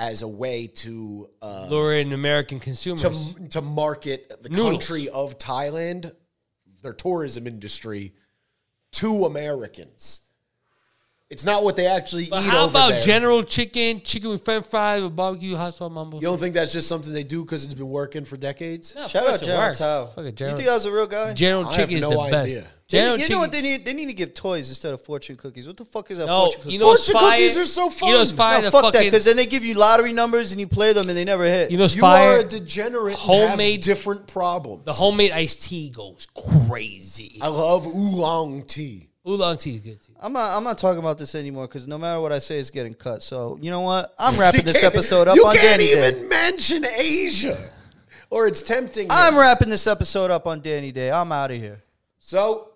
Speaker 5: as a way to uh,
Speaker 4: Lure in American consumers.
Speaker 5: to to market the
Speaker 4: Noodles.
Speaker 5: country of Thailand, their tourism industry, to Americans. It's not what they actually
Speaker 4: but
Speaker 5: eat.
Speaker 4: how
Speaker 5: over
Speaker 4: about
Speaker 5: there.
Speaker 4: general chicken, chicken with french fries, with barbecue, hot sauce, mumbo?
Speaker 5: You don't think that's just something they do because it's been working for decades?
Speaker 4: No,
Speaker 2: [laughs]
Speaker 4: of
Speaker 2: Shout
Speaker 4: course
Speaker 2: out
Speaker 4: it
Speaker 2: General
Speaker 4: works.
Speaker 2: Tao.
Speaker 4: Fuck it,
Speaker 2: You
Speaker 4: General,
Speaker 2: think that was a real guy?
Speaker 4: General
Speaker 5: I have
Speaker 4: chicken is
Speaker 5: no
Speaker 4: the
Speaker 5: idea.
Speaker 4: best.
Speaker 2: They-
Speaker 4: General
Speaker 2: you
Speaker 4: chicken,
Speaker 2: know what they need? They need to give toys instead of fortune cookies. What the fuck is that
Speaker 4: No,
Speaker 2: fortune cookie?
Speaker 4: you know what's
Speaker 5: Fortune
Speaker 4: fire?
Speaker 5: cookies are so
Speaker 4: You know what's
Speaker 5: fun.
Speaker 4: fire?
Speaker 2: No,
Speaker 4: the
Speaker 2: fuck that,
Speaker 4: fucking,
Speaker 2: because then they give you lottery numbers and you play them and they never hit.
Speaker 4: you know what's
Speaker 5: You
Speaker 4: fire?
Speaker 5: are a degenerate. Homemade,
Speaker 4: Homemade-
Speaker 5: different problems.
Speaker 4: The homemade iced tea goes crazy.
Speaker 5: I love oolong tea.
Speaker 4: Oolong tea is good too.
Speaker 2: I'm not. I'm not talking about this anymore because no matter what I say, it's getting cut. So you know what? I'm wrapping this episode up
Speaker 5: you
Speaker 2: on
Speaker 5: can't
Speaker 2: Danny
Speaker 5: even
Speaker 2: Day.
Speaker 5: mention Asia, or it's tempting.
Speaker 2: I'm
Speaker 5: me.
Speaker 2: wrapping this episode up on Danny Day. I'm out of here.
Speaker 5: So,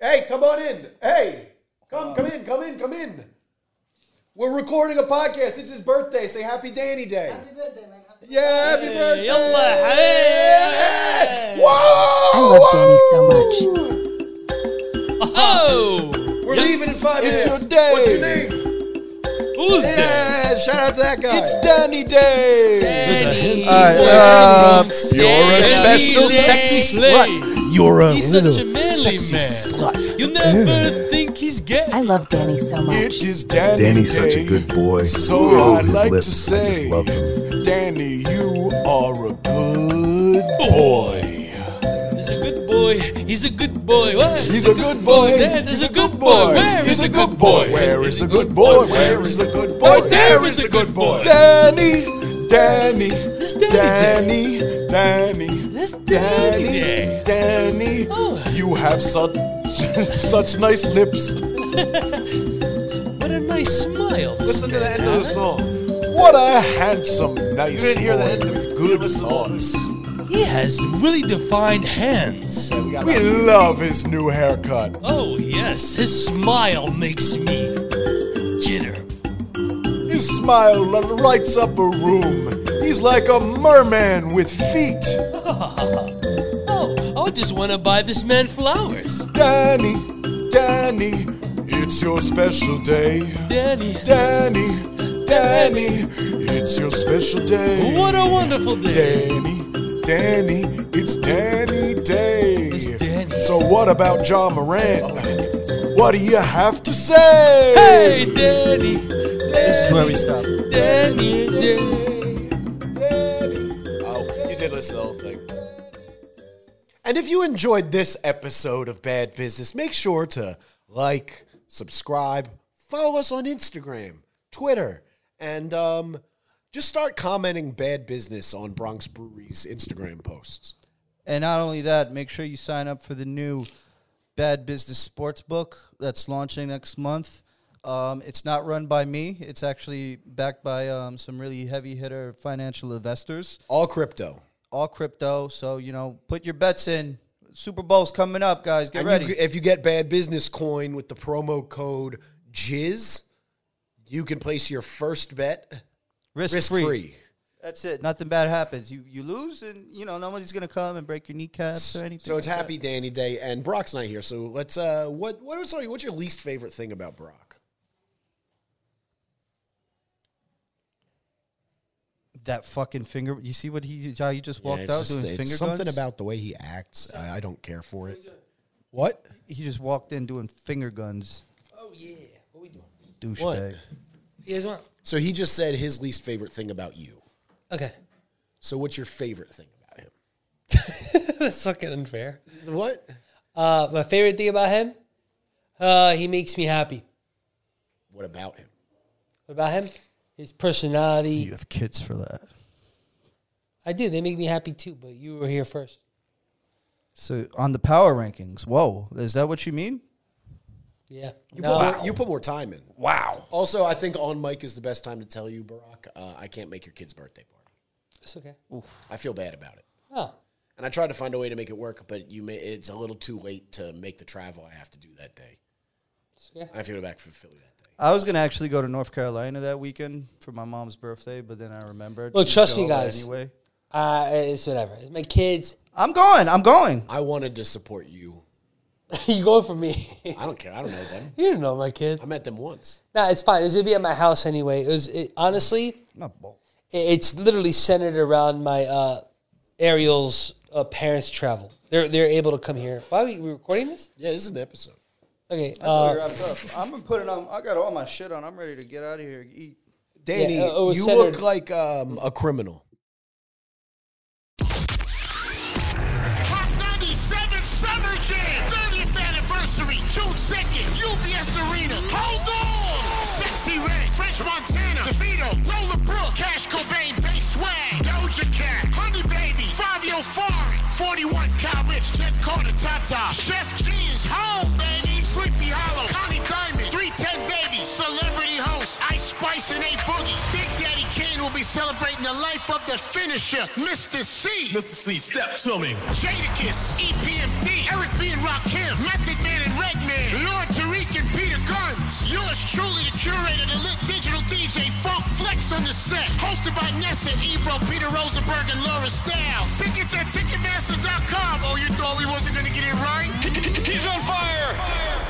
Speaker 5: hey, come on in. Hey, come, come in, come in, come in. We're recording a podcast. It's his birthday. Say happy Danny Day. Happy birthday, man. Yeah, happy birthday.
Speaker 4: yalla, hey.
Speaker 5: Whoa!
Speaker 6: I love Danny so much.
Speaker 4: Oh,
Speaker 5: We're leaving in five
Speaker 3: It's
Speaker 5: minutes.
Speaker 3: your day.
Speaker 5: What's your name?
Speaker 4: who's that?
Speaker 5: Yeah, shout out to that guy.
Speaker 3: It's Danny Day.
Speaker 2: All right, uh,
Speaker 4: You're a
Speaker 5: special sexy
Speaker 4: slut.
Speaker 5: You're a
Speaker 4: He's such a manly man.
Speaker 5: slut.
Speaker 4: You never think he's
Speaker 6: I
Speaker 4: gay.
Speaker 6: love Danny so much.
Speaker 3: It is Danny
Speaker 8: Danny's
Speaker 3: Day.
Speaker 8: such a good boy.
Speaker 3: So
Speaker 8: Ooh,
Speaker 3: I'd
Speaker 8: his
Speaker 3: like
Speaker 8: lips.
Speaker 3: to
Speaker 8: I just
Speaker 3: say,
Speaker 8: love him.
Speaker 3: Danny, you are a good boy.
Speaker 4: He's a good boy. He's a good boy. What?
Speaker 3: He's a good boy.
Speaker 4: Dad is a good boy. Where
Speaker 3: He's
Speaker 4: is
Speaker 3: a
Speaker 4: the
Speaker 3: good boy. Where is the good boy? Where is the good boy?
Speaker 4: Oh, there is the good boy.
Speaker 3: Danny, Danny,
Speaker 4: It's Danny
Speaker 3: Danny, Danny,
Speaker 4: It's Danny Day.
Speaker 3: Danny, Danny. You have such such nice lips.
Speaker 4: [laughs] What a nice smile.
Speaker 3: Listen to the end of the song. What a handsome, nice you didn't hear the end with good thoughts.
Speaker 4: He has really defined hands.
Speaker 3: We love his new haircut.
Speaker 4: Oh yes, his smile makes me jitter.
Speaker 3: His smile lights up a room. He's like a merman with feet.
Speaker 4: Oh, I just want to buy this man flowers.
Speaker 3: Danny, Danny, it's your special day.
Speaker 4: Danny,
Speaker 3: Danny, Danny, it's your special day.
Speaker 4: what a wonderful day.
Speaker 3: Danny, Danny, it's Danny Day.
Speaker 4: It's Danny.
Speaker 3: So what about John Moran? What do you have to say?
Speaker 4: Hey, Danny,
Speaker 2: this is where we stop.
Speaker 4: Danny, Danny.
Speaker 5: Oh, you did listen to the whole thing. And if you enjoyed this episode of Bad Business, make sure to like, subscribe, follow us on Instagram, Twitter, and um, just start commenting bad business on Bronx Brewery's Instagram posts.
Speaker 2: And not only that, make sure you sign up for the new Bad Business Sports Book that's launching next month. Um, it's not run by me. It's actually backed by um, some really heavy hitter financial investors,
Speaker 5: All crypto.
Speaker 2: all crypto. So you know, put your bets in. Super Bowl's coming up, guys. Get
Speaker 5: And
Speaker 2: ready.
Speaker 5: you- if you get Bad Business Coin with the promo code JIZ, you can place your first bet
Speaker 2: risk,
Speaker 5: risk
Speaker 2: free.
Speaker 5: free.
Speaker 2: That's it. Nothing bad happens. You you lose, and you know nobody's gonna come and break your kneecaps or anything.
Speaker 5: So it's
Speaker 2: like that.
Speaker 5: Happy Danny Day, and Brock's not here. So let's. Uh, what what was sorry? What's your least favorite thing about Brock?
Speaker 2: that fucking finger. You see what he how you just walked
Speaker 5: it's
Speaker 2: out
Speaker 5: just-
Speaker 2: doing
Speaker 5: it's
Speaker 2: finger
Speaker 5: something
Speaker 2: guns?
Speaker 5: about the way he acts. I, I don't care for it. What?
Speaker 2: he just walked in doing finger guns.
Speaker 4: Oh yeah. What we doing?
Speaker 2: Douchebag.
Speaker 4: You guys want?
Speaker 5: So he just said his least favorite thing about you.
Speaker 4: Okay. [laughs]
Speaker 5: So what's your favorite thing about him?
Speaker 4: That's fucking unfair.
Speaker 5: What?
Speaker 4: Uh, my favorite thing about him, uh, he makes me happy.
Speaker 5: What about him?
Speaker 4: What about him? His personality.
Speaker 2: You have kids for that.
Speaker 4: I do. They make me happy too. But you were here first.
Speaker 2: So on the power rankings, whoa, is that what you mean?
Speaker 4: Yeah.
Speaker 5: You,
Speaker 4: No.
Speaker 5: put, more, you put more time in. Wow. Also, I think on mic is the best time to tell you, Barack. Uh, I can't make your kid's birthday party.
Speaker 4: It's okay.
Speaker 5: I feel bad about it,
Speaker 4: Oh.
Speaker 5: and I tried to find a way to make it work, but you may, it's a little too late to make the travel I have to do that day.
Speaker 4: It's okay.
Speaker 5: I have to go back for Philly that day.
Speaker 2: I was gonna actually go to North Carolina that weekend for my mom's birthday, but then I remembered.
Speaker 4: Look,
Speaker 2: to
Speaker 4: trust me,
Speaker 2: go
Speaker 4: guys.
Speaker 2: Anyway,
Speaker 4: Uh, it's whatever. It's my kids. [laughs]
Speaker 2: I'm going. I'm going.
Speaker 5: I wanted to support you.
Speaker 4: you going for me? [laughs]
Speaker 5: I don't care. I don't know them.
Speaker 4: you don't know my kids.
Speaker 5: I met them once.
Speaker 4: Nah, it's fine. It's gonna be at my house anyway. It was it, honestly, it,
Speaker 2: I'm not bull-
Speaker 4: it's literally centered around my uh, Ariel's uh, parents' travel. They're they're able to come here. Why are we, we recording this?
Speaker 5: Yeah, this is an episode.
Speaker 4: Okay.
Speaker 2: I
Speaker 4: Uh,
Speaker 2: wrapped up. I'm putting on. I got all my shit on. I'm ready to get out of here. and Eat.
Speaker 5: Danny,
Speaker 4: uh, it was
Speaker 5: you
Speaker 4: centered-
Speaker 5: look like um, a criminal.
Speaker 10: Hot 97 Summer Jam, 30th anniversary, June 2nd, UBS Arena. Hold on! Sexy Red, French Montana, DeVito, Lola Brooke, Cash Cobain, Bass Swag, Doja Cat, Honey Baby, Fabio Fari, 41 Kyle Rich, Ted Carter, Tata, Chef G's home, baby, Sleepy Hollow, Connie Diamond, 310 Baby, Celebrity Host, Ice Spice and A Boogie. Big Daddy Kane will be celebrating the life of the finisher, Mr. C.
Speaker 1: Mr. C, step to me.
Speaker 10: Jadakiss, EPMD, Eric B. and Rakim, Method Man and Redman, Lord Tariq and Peter Guns. Yours truly, the curator, the lit digital DJ, Funk Flex on the set. Hosted by Nessa, Ebro, Peter Rosenberg, and Laura Stiles. Tickets at Ticketmaster.com. Oh, you thought we wasn't going to get it right? He's on fire!